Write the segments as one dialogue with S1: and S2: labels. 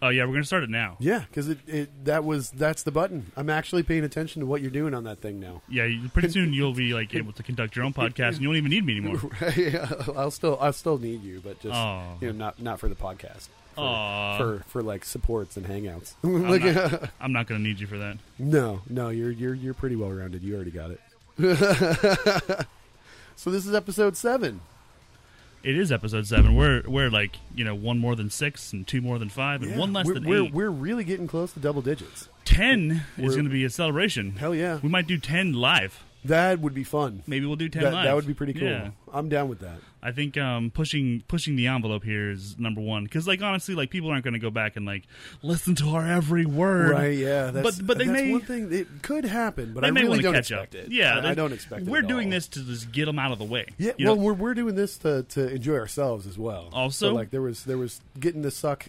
S1: Oh yeah, we're gonna start it now.
S2: Yeah, because it, it that was that's the button. I'm actually paying attention to what you're doing on that thing now.
S1: Yeah, you- pretty soon you'll be like able to conduct your own podcast, and you won't even need me anymore.
S2: Yeah, I'll still I'll still need you, but just
S1: Aw.
S2: you know not not for the podcast. For,
S1: Aw.
S2: for for like supports and hangouts.
S1: I'm
S2: Like,
S1: not, I'm not gonna need you for that.
S2: no, no, you're you're you're pretty well rounded. You already got it. so this is episode seven.
S1: It is episode seven. We're we're like you know one more than six, and two more than five, and
S2: Yeah,
S1: one less
S2: we're,
S1: than
S2: we're,
S1: 8
S2: We're really getting close to double digits.
S1: ten is
S2: we're-
S1: gonna be a celebration.
S2: Hell yeah,
S1: We might do ten live.
S2: that would be fun.
S1: Maybe we'll do ten
S2: That,
S1: live.
S2: that would be pretty cool.
S1: Yeah.
S2: I'm down with that.
S1: I think um, pushing pushing the envelope here is number one because, like, honestly, like people aren't going to go back and like listen to our every word,
S2: Right? Yeah. That's,
S1: But- but they
S2: that's
S1: may-
S2: one thing. It could happen, but
S1: They
S2: I
S1: may
S2: really
S1: want to
S2: don't
S1: catch up.
S2: expect it.
S1: Yeah,
S2: I, I
S1: they-
S2: don't expect it.
S1: We're
S2: at
S1: doing
S2: all.
S1: this to just get them out of the way.
S2: Yeah,
S1: You
S2: well,
S1: know?
S2: we're we're doing this to to enjoy ourselves as well.
S1: Also-
S2: So, like there was there was getting the suck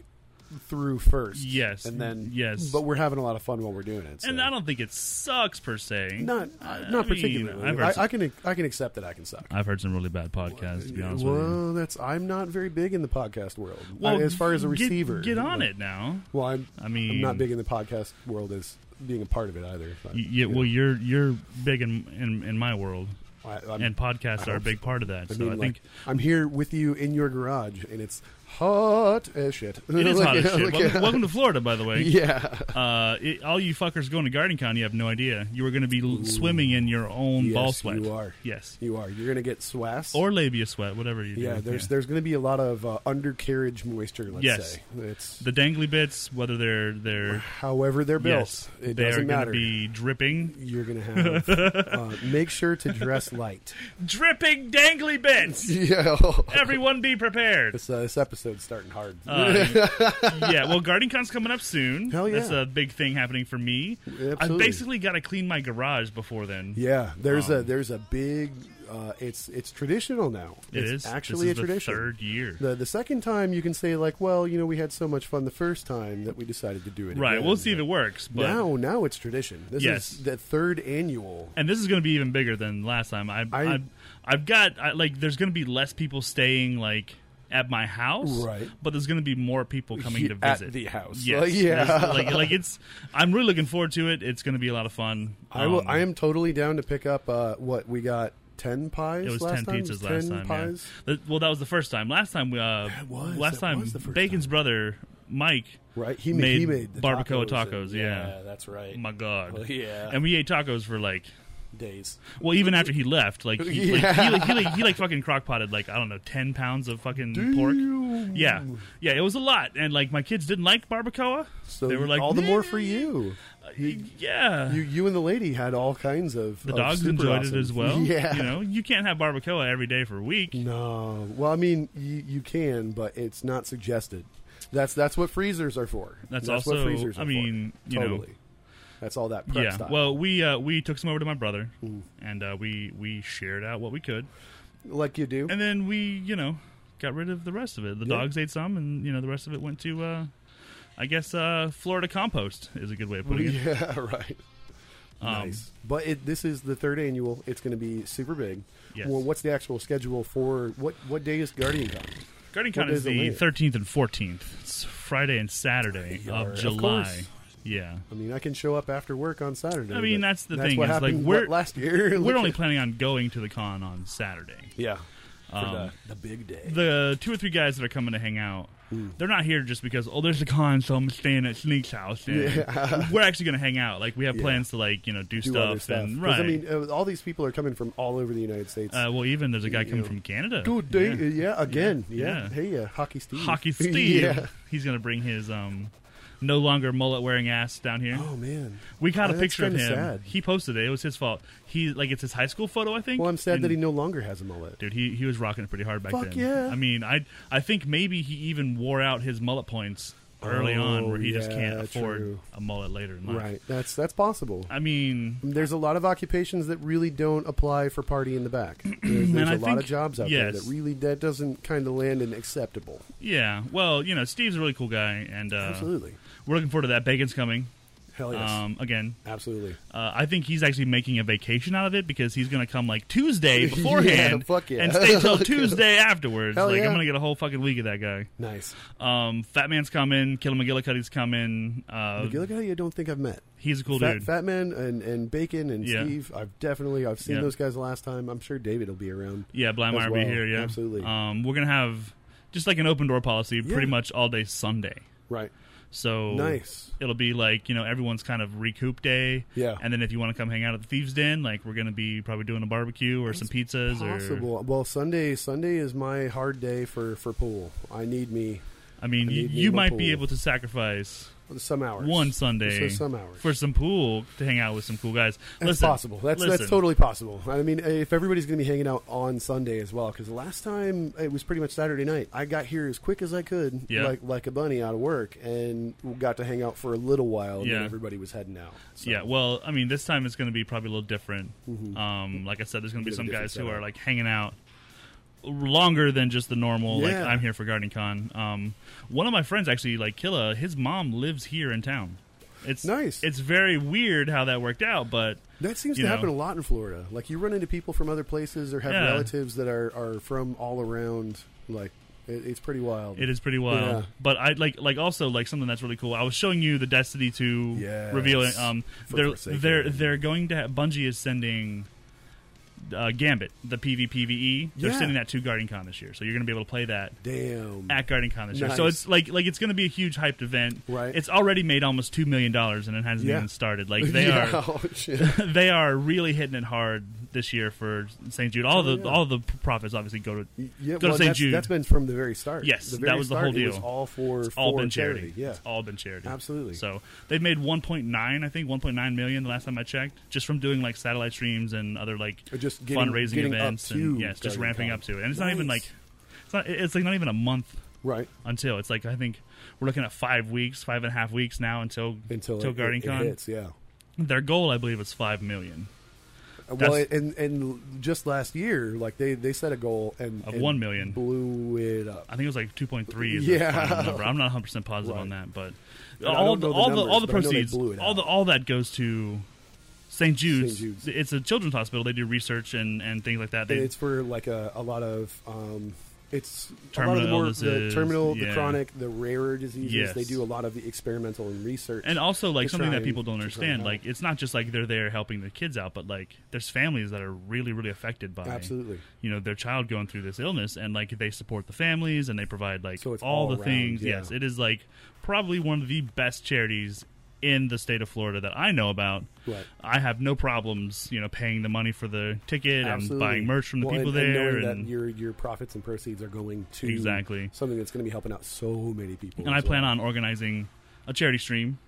S2: through first.
S1: Yes,
S2: and then
S1: yes.
S2: but we're having a lot of fun while we're doing it. So.
S1: and I don't think it sucks per se.
S2: not
S1: I
S2: not
S1: mean,
S2: particularly.
S1: I've heard,
S2: I,
S1: some,
S2: I can I can accept that I can suck.
S1: I've heard some really bad podcasts. To be honest with you.
S2: well, that's I'm not very big in the podcast world.
S1: Well,
S2: I- as far as a
S1: get-
S2: receiver,
S1: get, on
S2: but-
S1: it now.
S2: Well, I'm
S1: I mean,
S2: I'm not big in the podcast world as being a part of it either. but,
S1: y- Yeah,
S2: you know,
S1: well, you're you're big in in, in my world,
S2: I, I'm,
S1: and podcasts
S2: Mm. I
S1: are a
S2: hope
S1: big part of that.
S2: I
S1: so
S2: mean,
S1: I
S2: like,
S1: think
S2: I'm here with you in your garage, and it's hot as shit.
S1: it is
S2: Like,
S1: hot as shit.
S2: like,
S1: welcome, welcome to Florida, by the way.
S2: yeah.
S1: Uh, it, all you fuckers going to Garden Con, you have no idea. You are going to be l swimming in your own
S2: Yes,
S1: ball sweat.
S2: you are.
S1: Yes.
S2: You are. You're gonna get swass.
S1: Or labia sweat, whatever you do.
S2: yeah, there's there's gonna be a lot of uh, undercarriage moisture. Let's
S1: Yes.
S2: say it's
S1: the dangly bits, whether they're they're
S2: however they're built.
S1: yes,
S2: it
S1: they are
S2: doesn't
S1: gonna
S2: matter.
S1: be dripping,
S2: You're gonna have. uh, make sure to dress light.
S1: dripping dangly bits.
S2: Yeah.
S1: Everyone, be prepared.
S2: this, uh, this episode's starting hard.
S1: Uh, yeah, well, Garden Con's coming up soon.
S2: Hell
S1: That's
S2: yeah.
S1: a big thing happening for me. I
S2: Absolutely.
S1: basically got to clean my garage before then.
S2: yeah. There's
S1: um,
S2: a there's a big. Uh, it's it's traditional now.
S1: it
S2: it's
S1: is
S2: actually
S1: this is
S2: a tradition.
S1: The third year.
S2: The the second time you can say like, well, you know, we had so much fun the first time that we decided to do it.
S1: right,
S2: again.
S1: we'll see if it works. But
S2: now now it's tradition. This
S1: Yes.
S2: is the third annual.
S1: and this is going to be even bigger than last time. I, I,
S2: I-
S1: have I've got I, like there's going to be less people staying like at my house,
S2: Right.
S1: But there's going to be more people coming
S2: Ye-
S1: to
S2: at
S1: visit
S2: the house.
S1: Yes,
S2: Like, yeah.
S1: There's- like, like it's I'm really looking forward to it. It's going to be a lot of fun.
S2: I will.
S1: Um,
S2: I am totally down to pick up. Uh, what we got? Ten pies.
S1: It was
S2: last
S1: ten
S2: time?
S1: pizzas last
S2: 10
S1: time. yeah.
S2: Pies.
S1: Th- well, that was the first time. Last time we uh,
S2: That was-
S1: last
S2: that
S1: time
S2: was the first
S1: Bacon's brother Mike.
S2: Right. He
S1: Made
S2: made. He made the
S1: barbacoa
S2: tacos.
S1: tacos,
S2: and-
S1: yeah.
S2: that's right.
S1: Oh my God.
S2: Well, yeah.
S1: And we ate tacos for like
S2: Days.
S1: Well, even after he left, like he, like,
S2: Yeah.
S1: he, like, he, like, he like fucking crockpotted like I don't know ten pounds of fucking pork. Yeah, yeah, it was a lot, and like my kids didn't like barbacoa,
S2: So
S1: they were like
S2: all the more
S1: "Meh."
S2: for you.
S1: Yeah,
S2: You, you and the lady had all kinds of.
S1: the
S2: of
S1: dogs
S2: super
S1: enjoyed
S2: awesome-
S1: it as well.
S2: Yeah.
S1: you know, you can't have barbacoa every day for a week.
S2: No. Well, I mean, you, you can, but it's not suggested. That's that's what freezers are for.
S1: That's
S2: what
S1: also-
S2: freezers are
S1: I mean,
S2: for.
S1: you know.
S2: totally. That's all that prep
S1: Yeah.
S2: style.
S1: Well, we uh, we took some over to my brother, and uh, we we shared out what we could,
S2: like you do.
S1: and then we you know got rid of the rest of it. The
S2: Yeah.
S1: dogs ate some, and you know the rest of it went to. Uh, I guess uh, Florida compost is a good way of putting it.
S2: yeah, right.
S1: Um,
S2: nice. But it, this is the third annual. It's going to be super big.
S1: Yes.
S2: Well, what's the actual schedule for what? What day is Guardian Con?
S1: Garden Con
S2: What
S1: is
S2: days are
S1: the
S2: late?
S1: 13th and 14th. It's Friday and Saturday
S2: Yar,
S1: of
S2: of
S1: July.
S2: course.
S1: yeah.
S2: I mean, I can show up after work on Saturday.
S1: I mean,
S2: but
S1: that's the
S2: that's
S1: thing
S2: What
S1: is, like,
S2: happened
S1: we're-
S2: what, last year?
S1: We're
S2: Look
S1: only
S2: at-
S1: planning on going to the con on Saturday.
S2: yeah for
S1: Um,
S2: the, the big day.
S1: The two or three guys that are coming to hang out,
S2: Mm.
S1: they're not here just because, oh, there's a con, so I'm staying at Sneak's house. And We're actually going to hang out. Like, we have
S2: Yeah.
S1: plans to, like, you know, do,
S2: do
S1: stuff.
S2: other stuff.
S1: And,
S2: 'Cause,
S1: right.
S2: I mean, uh, all these people are coming from all over the United States.
S1: uh, well, even there's a guy coming from Canada.
S2: Good day, uh,
S1: Yeah.
S2: yeah, again,
S1: yeah.
S2: yeah. Hey, uh, hockey Steve.
S1: Hockey Steve.
S2: yeah.
S1: He's going to bring his um, no longer mullet wearing ass down here.
S2: Oh man,
S1: We got
S2: Oh,
S1: a
S2: that's
S1: picture of him.
S2: kinda Sad.
S1: He posted it. It was his fault. He like it's his high school photo, I think.
S2: Well, I'm sad
S1: And,
S2: that he no longer has a mullet.
S1: Dude, he, he was rocking it pretty hard back
S2: Fuck
S1: then.
S2: yeah.
S1: I mean, I I think maybe he even wore out his mullet points early on,
S2: Oh,
S1: where he just can't
S2: yeah,
S1: afford
S2: true.
S1: a mullet later in life.
S2: Right. That's that's possible.
S1: I mean,
S2: There's a lot of occupations that really don't apply for party in the back. There's,
S1: And
S2: there's
S1: I
S2: a lot
S1: think-
S2: of jobs out there
S1: yes.
S2: that really that doesn't kind of land in acceptable.
S1: yeah. Well, you know, Steve's a really cool guy, and uh,
S2: Absolutely.
S1: we're looking forward to that. Bacon's coming.
S2: Hell yes.
S1: Um, again,
S2: Absolutely.
S1: uh, I think he's actually making a vacation out of it because he's going to come like Tuesday beforehand
S2: Yeah, fuck yeah.
S1: and stay till Tuesday afterwards.
S2: Hell
S1: like
S2: yeah.
S1: I'm going to get a whole fucking week of that guy.
S2: Nice.
S1: Um, Fat Man's coming. Killer McGillicuddy's coming. Uh,
S2: McGillicuddy, I don't think I've met.
S1: he's a cool
S2: Fat,
S1: dude.
S2: Fat Man and, and Bacon and
S1: Yeah.
S2: Steve. I've definitely I've seen
S1: Yeah.
S2: those guys the last time. I'm sure David will be around.
S1: Yeah, Blind
S2: as
S1: Meyer will be
S2: well.
S1: here. Yeah,
S2: Absolutely.
S1: Um, we're gonna have just like an open door policy,
S2: Yeah.
S1: pretty much all day Sunday.
S2: Right.
S1: So
S2: Nice.
S1: It'll be like you know everyone's kind of recoup day.
S2: Yeah.
S1: And then if you want to come hang out at the Thieves Den, like we're gonna be probably doing a barbecue or some pizzas or
S2: Possible. Well, Sunday Sunday is my hard day for for pool. I need me
S1: I mean,
S2: I
S1: you,
S2: need- need
S1: you
S2: my
S1: might be
S2: pool.
S1: able to sacrifice
S2: some hours.
S1: one Sunday
S2: So some hours.
S1: for some pool to hang out with some cool guys.
S2: That's
S1: listen,
S2: possible. That's that's
S1: listen,
S2: totally possible. I mean, if everybody's going to be hanging out on Sunday as well, because last time it was pretty much Saturday night. I got here as quick as I could,
S1: Yeah.
S2: like like a bunny out of work, and got to hang out for a little while. And then
S1: Yeah.
S2: everybody was heading out. So, Mm-hmm.
S1: Yeah, well, I mean, this time it's going to be probably a little different. Um, like I said, there's going to be
S2: Bit
S1: some
S2: of a different
S1: guys who
S2: setup.
S1: are like hanging out longer than just the normal.
S2: Yeah.
S1: Like I'm here for Gardening Con. Um, one of my friends actually, like Killa, his mom lives here in town. It's
S2: Nice.
S1: It's very weird how that worked out, but
S2: that seems
S1: you
S2: to happen
S1: know.
S2: a lot in Florida. Like you run into people from other places or have
S1: Yeah.
S2: relatives that are are from all around. Like it, it's pretty wild.
S1: it is pretty wild.
S2: Yeah.
S1: But I like like also like something that's really cool. I was showing you the Destiny 2
S2: Yes.
S1: revealing. Um,
S2: For
S1: they're
S2: Forsaken.
S1: they're they're going to have, Bungie is sending. Uh, Gambit, the PvPvE, E. they're
S2: Yeah.
S1: sending that to Guardian Con this year, so you're going to be able to play that
S2: Damn.
S1: at Garden Con this year. So
S2: Nice.
S1: it's like like it's going to be a huge hyped event.
S2: Right.
S1: It's already made almost two million dollars and it hasn't
S2: Yeah.
S1: even started. Like they
S2: yeah,
S1: are
S2: oh, shit.
S1: they are really hitting it hard this year for St. Jude. All
S2: Oh,
S1: the
S2: yeah.
S1: all the profits obviously go to
S2: Yeah,
S1: Gotta
S2: well,
S1: say
S2: that's,
S1: Jude.
S2: that's been from the very start.
S1: Yes,
S2: the
S1: that
S2: very
S1: was the
S2: start,
S1: whole
S2: It was
S1: deal.
S2: all for
S1: all
S2: for
S1: been charity.
S2: charity. Yeah,
S1: It's all been charity.
S2: Absolutely.
S1: So they've made 1.9, I think 1.9 million the last time I checked, just from doing like satellite streams and other like
S2: Or just getting-
S1: fundraising
S2: getting up
S1: events
S2: to
S1: and yes, just
S2: Guardian
S1: ramping
S2: Con.
S1: up to it. And it's not even
S2: Nice.
S1: like it's not it's like not even a month
S2: right
S1: until it's like I think we're looking at five weeks, five and a half weeks now until
S2: until it,
S1: Guardian
S2: it, it
S1: Con.
S2: hits. Yeah.
S1: Their goal, I believe, is five million
S2: Well,
S1: That's-
S2: and and just last year, like they they set a goal and
S1: of
S2: and
S1: one million.
S2: blew it up.
S1: I think it was like two point three.
S2: Yeah.
S1: Yeah, number. I'm not 100 percent positive on that, but
S2: I
S1: all
S2: don't
S1: the,
S2: know the
S1: all the all
S2: numbers,
S1: the
S2: but I know they
S1: proceeds,
S2: blew it
S1: all
S2: out.
S1: the all that goes to St. Jude's.
S2: St. Jude's.
S1: It's a children's hospital. They do research and, and things like that. They,
S2: And it's for like a, a lot of um, it's a lot
S1: Terminal
S2: of the more the
S1: illnesses,
S2: terminal, the
S1: yeah.
S2: chronic, the rarer diseases.
S1: Yes.
S2: They do a lot of the experimental and research.
S1: and also like
S2: to
S1: something
S2: try
S1: that people don't
S2: and- to try
S1: understand.
S2: and help.
S1: Like it's not just like they're there helping the kids out, but like there's families that are really really affected by
S2: absolutely,
S1: you know their child going through this illness and like they support the families and they provide like
S2: So it's
S1: all,
S2: all
S1: the
S2: around,
S1: things
S2: yeah.
S1: yes it is like probably one of the best charities in the state of Florida that I know about
S2: right.
S1: I have no problems you know paying the money for the ticket
S2: Absolutely.
S1: and buying merch from the
S2: Well,
S1: people
S2: and, and
S1: there
S2: knowing
S1: and-
S2: that your your profits and proceeds are going to
S1: exactly
S2: something that's going to be helping out so many people.
S1: and I
S2: as
S1: plan
S2: well.
S1: on organizing a charity stream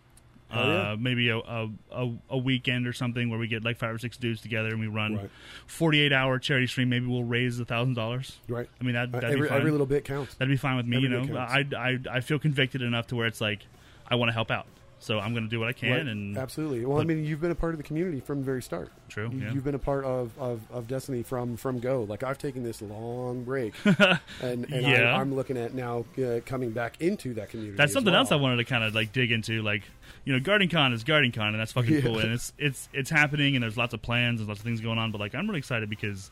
S2: Hell yeah.
S1: uh, maybe a, a, a, a weekend or something where we get like five or six dudes together and we run
S2: Right.
S1: 48 hour charity stream maybe we'll raise a thousand dollars
S2: right.
S1: I mean that,
S2: Uh,
S1: that'd be
S2: every,
S1: fun.
S2: every little bit counts.
S1: that'd be fine with me.
S2: Every
S1: you
S2: bit
S1: know, I, I I feel convicted enough to where it's like I want to help out, so I'm going to do what I can.
S2: Right.
S1: And
S2: Absolutely. Well, I
S1: but-
S2: mean, you've been a part of the community from the very start.
S1: true,
S2: You,
S1: yeah.
S2: You've been a part of, of, of Destiny from, from go. Like I've taken this long break, and, and
S1: Yeah.
S2: I, I'm looking at now uh, coming back into that community.
S1: that's
S2: as
S1: something
S2: well.
S1: else I wanted to kind of like dig into, like you know, Garden Con is Garden Con, and that's fucking
S2: Yeah.
S1: cool, and it's it's it's happening, and there's lots of plans, and lots of things going on, but like I'm really excited because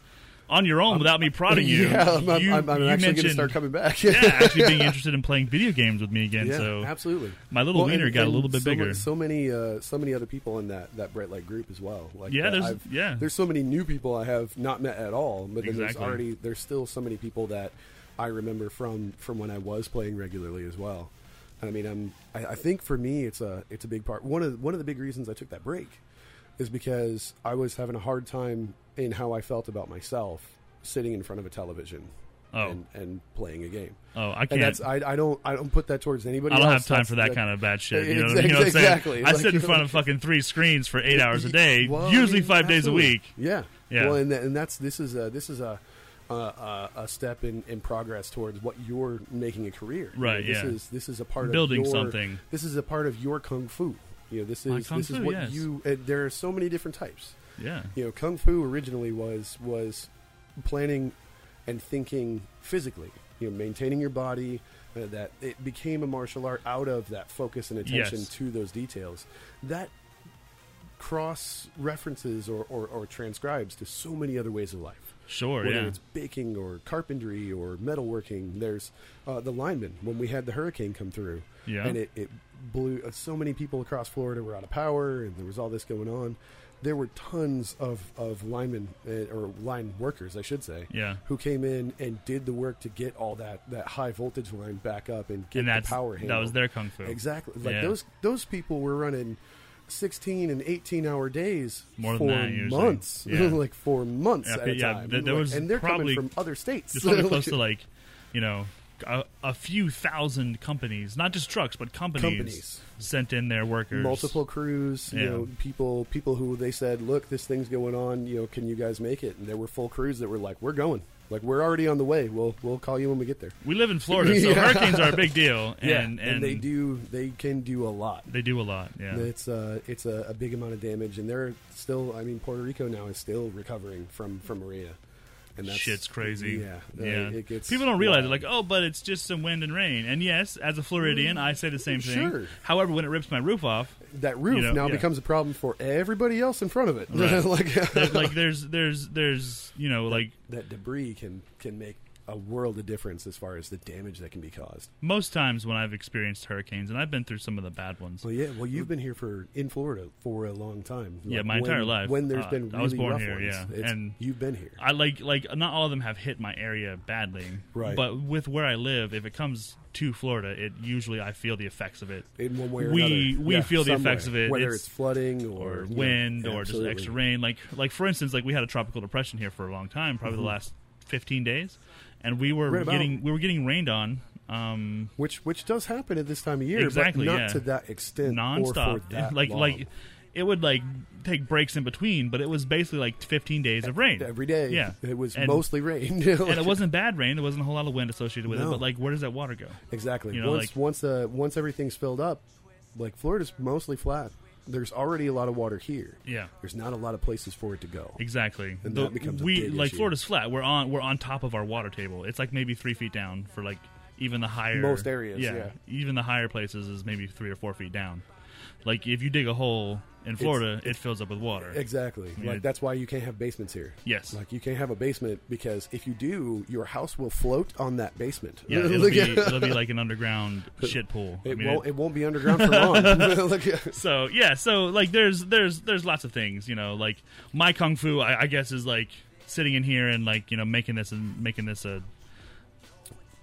S1: on your own, without me prodding you,
S2: yeah, I'm, I'm-
S1: you,
S2: I'm- I'm
S1: you
S2: actually going to
S1: mentioned-
S2: start coming back.
S1: yeah, actually being interested in playing video games with me again.
S2: Yeah,
S1: so
S2: absolutely.
S1: my little
S2: Well,
S1: wiener
S2: and-
S1: got a
S2: and
S1: little bit
S2: so mu-
S1: bigger.
S2: So many, uh, so many other people in that that bright light group as well. Like
S1: yeah,
S2: that
S1: there's
S2: I've-
S1: yeah,
S2: there's so many new people I have not met at all, but then there's
S1: Exactly.
S2: already there's still so many people that I remember from from when I was playing regularly as well. And I mean, I'm I, I think for me it's a it's a big part. One of one of the big reasons I took that break is because I was having a hard time in how I felt about myself sitting in front of a television
S1: Oh.
S2: and, and playing a game.
S1: oh I
S2: And
S1: can't.
S2: that's I, I don't I don't put that towards anybody.
S1: I don't
S2: else.
S1: have time
S2: That's-
S1: for that kind of bad shit. You know,
S2: Exac-
S1: you know what I'm saying?
S2: exactly.
S1: I
S2: Like-
S1: sit in front of fucking three screens for eight hours a day,
S2: Well, I
S1: usually
S2: mean,
S1: five days a
S2: absolutely.
S1: week.
S2: Yeah,
S1: Yeah.
S2: Well, and, tha- and that's this is a, this is a a- a, a step in, in progress towards what you're making a career. You know,
S1: Right,
S2: This
S1: yeah.
S2: is this is a part
S1: Building
S2: of your,
S1: something.
S2: This is a part of your kung fu. You know, this
S1: My
S2: is
S1: kung
S2: this is
S1: fu,
S2: what
S1: yes.
S2: you. Uh, there are so many different types.
S1: Yeah.
S2: You know, kung fu originally was was planning and thinking physically. You know, maintaining your body, uh, that it became a martial art out of that focus and attention
S1: Yes.
S2: to those details. That cross references or, or, or transcribes to so many other ways of life.
S1: Sure,
S2: Whether
S1: yeah.
S2: it's baking or carpentry or metalworking, there's uh, the lineman. When we had the hurricane come through,
S1: Yeah.
S2: and it, it blew uh, so many people across Florida were out of power, and there was all this going on. There were tons of of linemen uh, or line workers, I should say,
S1: Yeah.
S2: who came in and did the work to get all that that high voltage line back up and get
S1: and that's
S2: the power.
S1: that
S2: handle.
S1: was their kung fu.
S2: Exactly. Like
S1: Yeah.
S2: those those people were running sixteen and eighteen hour days
S1: More
S2: for
S1: than that, usually.
S2: months.
S1: Yeah.
S2: like for months
S1: Yeah,
S2: at a
S1: yeah,
S2: time.
S1: th- there
S2: Like,
S1: was
S2: and they're
S1: probably-
S2: coming from other states.
S1: There's probably
S2: Like,
S1: close to like, you know, a, a few thousand companies, not just trucks, but companies,
S2: Companies.
S1: sent in their workers.
S2: multiple crews, you
S1: Yeah.
S2: know, people people who they said, Look, this thing's going on, you know, can you guys make it? And there were full crews that were like, We're going. Like we're already on the way. We'll we'll call you when we get there.
S1: We live in Florida, so
S2: Yeah.
S1: hurricanes are a big deal, and
S2: and, they do they can do a lot.
S1: they do a lot. Yeah,
S2: It's uh it's a, a big amount of damage and they're still I mean Puerto Rico now is still recovering from from Maria. And that's
S1: shit's crazy.
S2: Yeah. uh,
S1: yeah.
S2: It gets
S1: People don't realize it.
S2: wild.
S1: Like, oh, but it's just some wind and rain. And yes, as a Floridian, I say the same thing.
S2: Sure.
S1: However, when it rips my roof off,
S2: that roof
S1: you know,
S2: now
S1: yeah.
S2: becomes a problem for everybody else in front of it.
S1: Right.
S2: like
S1: there's, like there's there's there's you know like
S2: that debris can can make a world of difference as far as the damage that can be caused.
S1: most times when I've experienced hurricanes, and I've been through some of the bad ones.
S2: Well, yeah. Well, you've been here for in Florida for a long time.
S1: Mm. Yeah,
S2: Like,
S1: my entire
S2: when-
S1: life.
S2: When there's
S1: Uh,
S2: been really
S1: I was born
S2: rough
S1: here,
S2: ones,
S1: yeah,
S2: it's-
S1: and-
S2: you've been here.
S1: I like like not all of them have hit my area badly,
S2: Right.
S1: But with where I live, if it comes to Florida, it usually I feel the effects of it,
S2: in one way or
S1: we-
S2: another,
S1: we
S2: Yeah,
S1: feel the
S2: somewhere.
S1: effects of it.
S2: whether
S1: It's-
S2: it's, flooding or,
S1: or
S2: yeah,
S1: wind, or just
S2: absolutely.
S1: extra rain. Like like for instance, like we had a tropical depression here for a long time, probably the last fifteen days, and we were
S2: Mm-hmm. Right about.
S1: getting we were getting rained on. Um,
S2: which which does happen at this time of year,
S1: Exactly,
S2: but not
S1: yeah.
S2: to that extent or
S1: nonstop.
S2: for that
S1: like
S2: long.
S1: like it would like take breaks in between, but it was basically like 15 days of rain
S2: every day.
S1: Yeah,
S2: it was
S1: And-
S2: mostly rain,
S1: and it wasn't bad rain. There wasn't a whole lot of wind associated with it,
S2: No.
S1: but like where does that water go?
S2: Exactly.
S1: You know,
S2: once
S1: like-
S2: once uh, once everything's filled up, like Florida's mostly flat. There's already a lot of water here.
S1: Yeah.
S2: There's not a lot of places for it to go.
S1: Exactly.
S2: And
S1: The-
S2: that becomes a
S1: we
S2: big
S1: like
S2: issue.
S1: Florida's flat. We're on we're on top of our water table. It's like maybe three feet down for like even the higher
S2: Most areas, yeah.
S1: even the higher places is maybe three or four feet down. Like if you dig a hole in Florida, it fills up with water.
S2: Exactly.
S1: Yeah.
S2: Like that's why you can't have basements here.
S1: Yes.
S2: Like you can't have a basement because if you do, your house will float on that basement.
S1: yeah, it'll
S2: Look
S1: be,
S2: at-
S1: it'll be like an underground shit pool. I
S2: it
S1: mean,
S2: won't.
S1: it-
S2: It, won't be underground for long. Look at-
S1: so yeah, so like there's there's there's lots of things, you know. Like my kung fu, I, I guess, is like sitting in here and like you know making this and making this a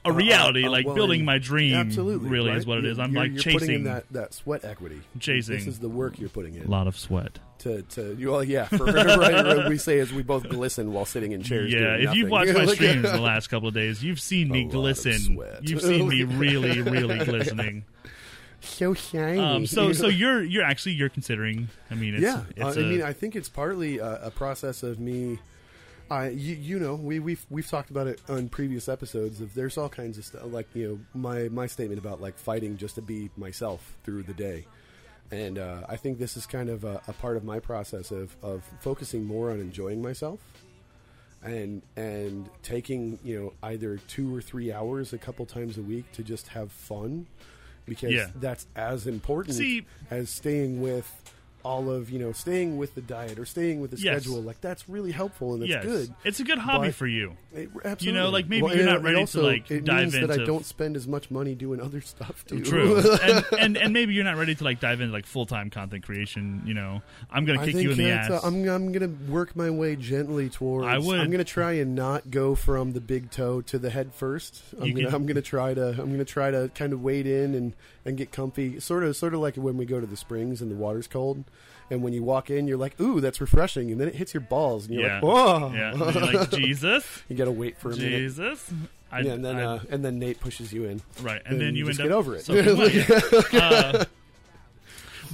S1: a reality,
S2: Uh, uh,
S1: like
S2: well,
S1: building
S2: and-
S1: my dream.
S2: Absolutely.
S1: really
S2: right?
S1: is what it
S2: You're-
S1: is. I'm
S2: you're-
S1: like
S2: you're
S1: chasing
S2: putting in that, that sweat equity.
S1: Chasing.
S2: This is the work you're putting in.
S1: a lot of sweat.
S2: to to you all yeah for right, right, we say is we both glisten while sitting in chairs
S1: Yeah,
S2: doing
S1: if you've watched
S2: nothing.
S1: my
S2: Like,
S1: streams in the last couple of days, you've seen me
S2: lot of
S1: glisten.
S2: sweat.
S1: You've seen me really, really glistening.
S2: so shiny
S1: Um, so, so you're you're actually you're considering. I mean, it's,
S2: yeah
S1: it's
S2: I
S1: a-
S2: mean I think it's partly a, a process of me I you, you know we we've we've talked about it on previous episodes of there's all kinds of stuff like you know my my statement about like fighting just to be myself through the day and uh, I think this is kind of a, a part of my process of of focusing more on enjoying myself and and taking you know either two or three hours a couple times a week to just have fun because
S1: Yeah.
S2: that's as important
S1: See-
S2: as staying with all of you know staying with the diet or staying with the
S1: Yes.
S2: schedule like that's really helpful and that's
S1: yes,
S2: good
S1: it's a good hobby
S2: but-
S1: for you.
S2: It- absolutely.
S1: like, maybe
S2: Well,
S1: you're
S2: and-
S1: not
S2: and
S1: ready to,
S2: also,
S1: like,
S2: it
S1: dive
S2: means that
S1: into-
S2: I don't spend as much money doing other stuff too.
S1: True, and, and and maybe you're not ready to like dive into like full time content creation. You know, I'm gonna
S2: I
S1: kick
S2: think
S1: you in the
S2: that's,
S1: ass.
S2: uh, I'm I'm gonna work my way gently towards.
S1: I would.
S2: I'm gonna try and not go from the big toe to the head first. I'm
S1: You
S2: gonna
S1: can-
S2: I'm gonna try to I'm gonna try to kind of wade in and and get comfy. Sort of sort of like when we go to the springs and the water's cold, and when you walk in, you're like, ooh, that's refreshing, and then it hits your balls, and you're
S1: yeah,
S2: like, whoa,
S1: yeah. You're like Jesus,
S2: you gotta wait for a minute.
S1: Jesus. I,
S2: yeah, and then
S1: I-
S2: uh, and then Nate pushes you in.
S1: right, and then you
S2: just
S1: end
S2: get
S1: up
S2: over it.
S1: so- Uh,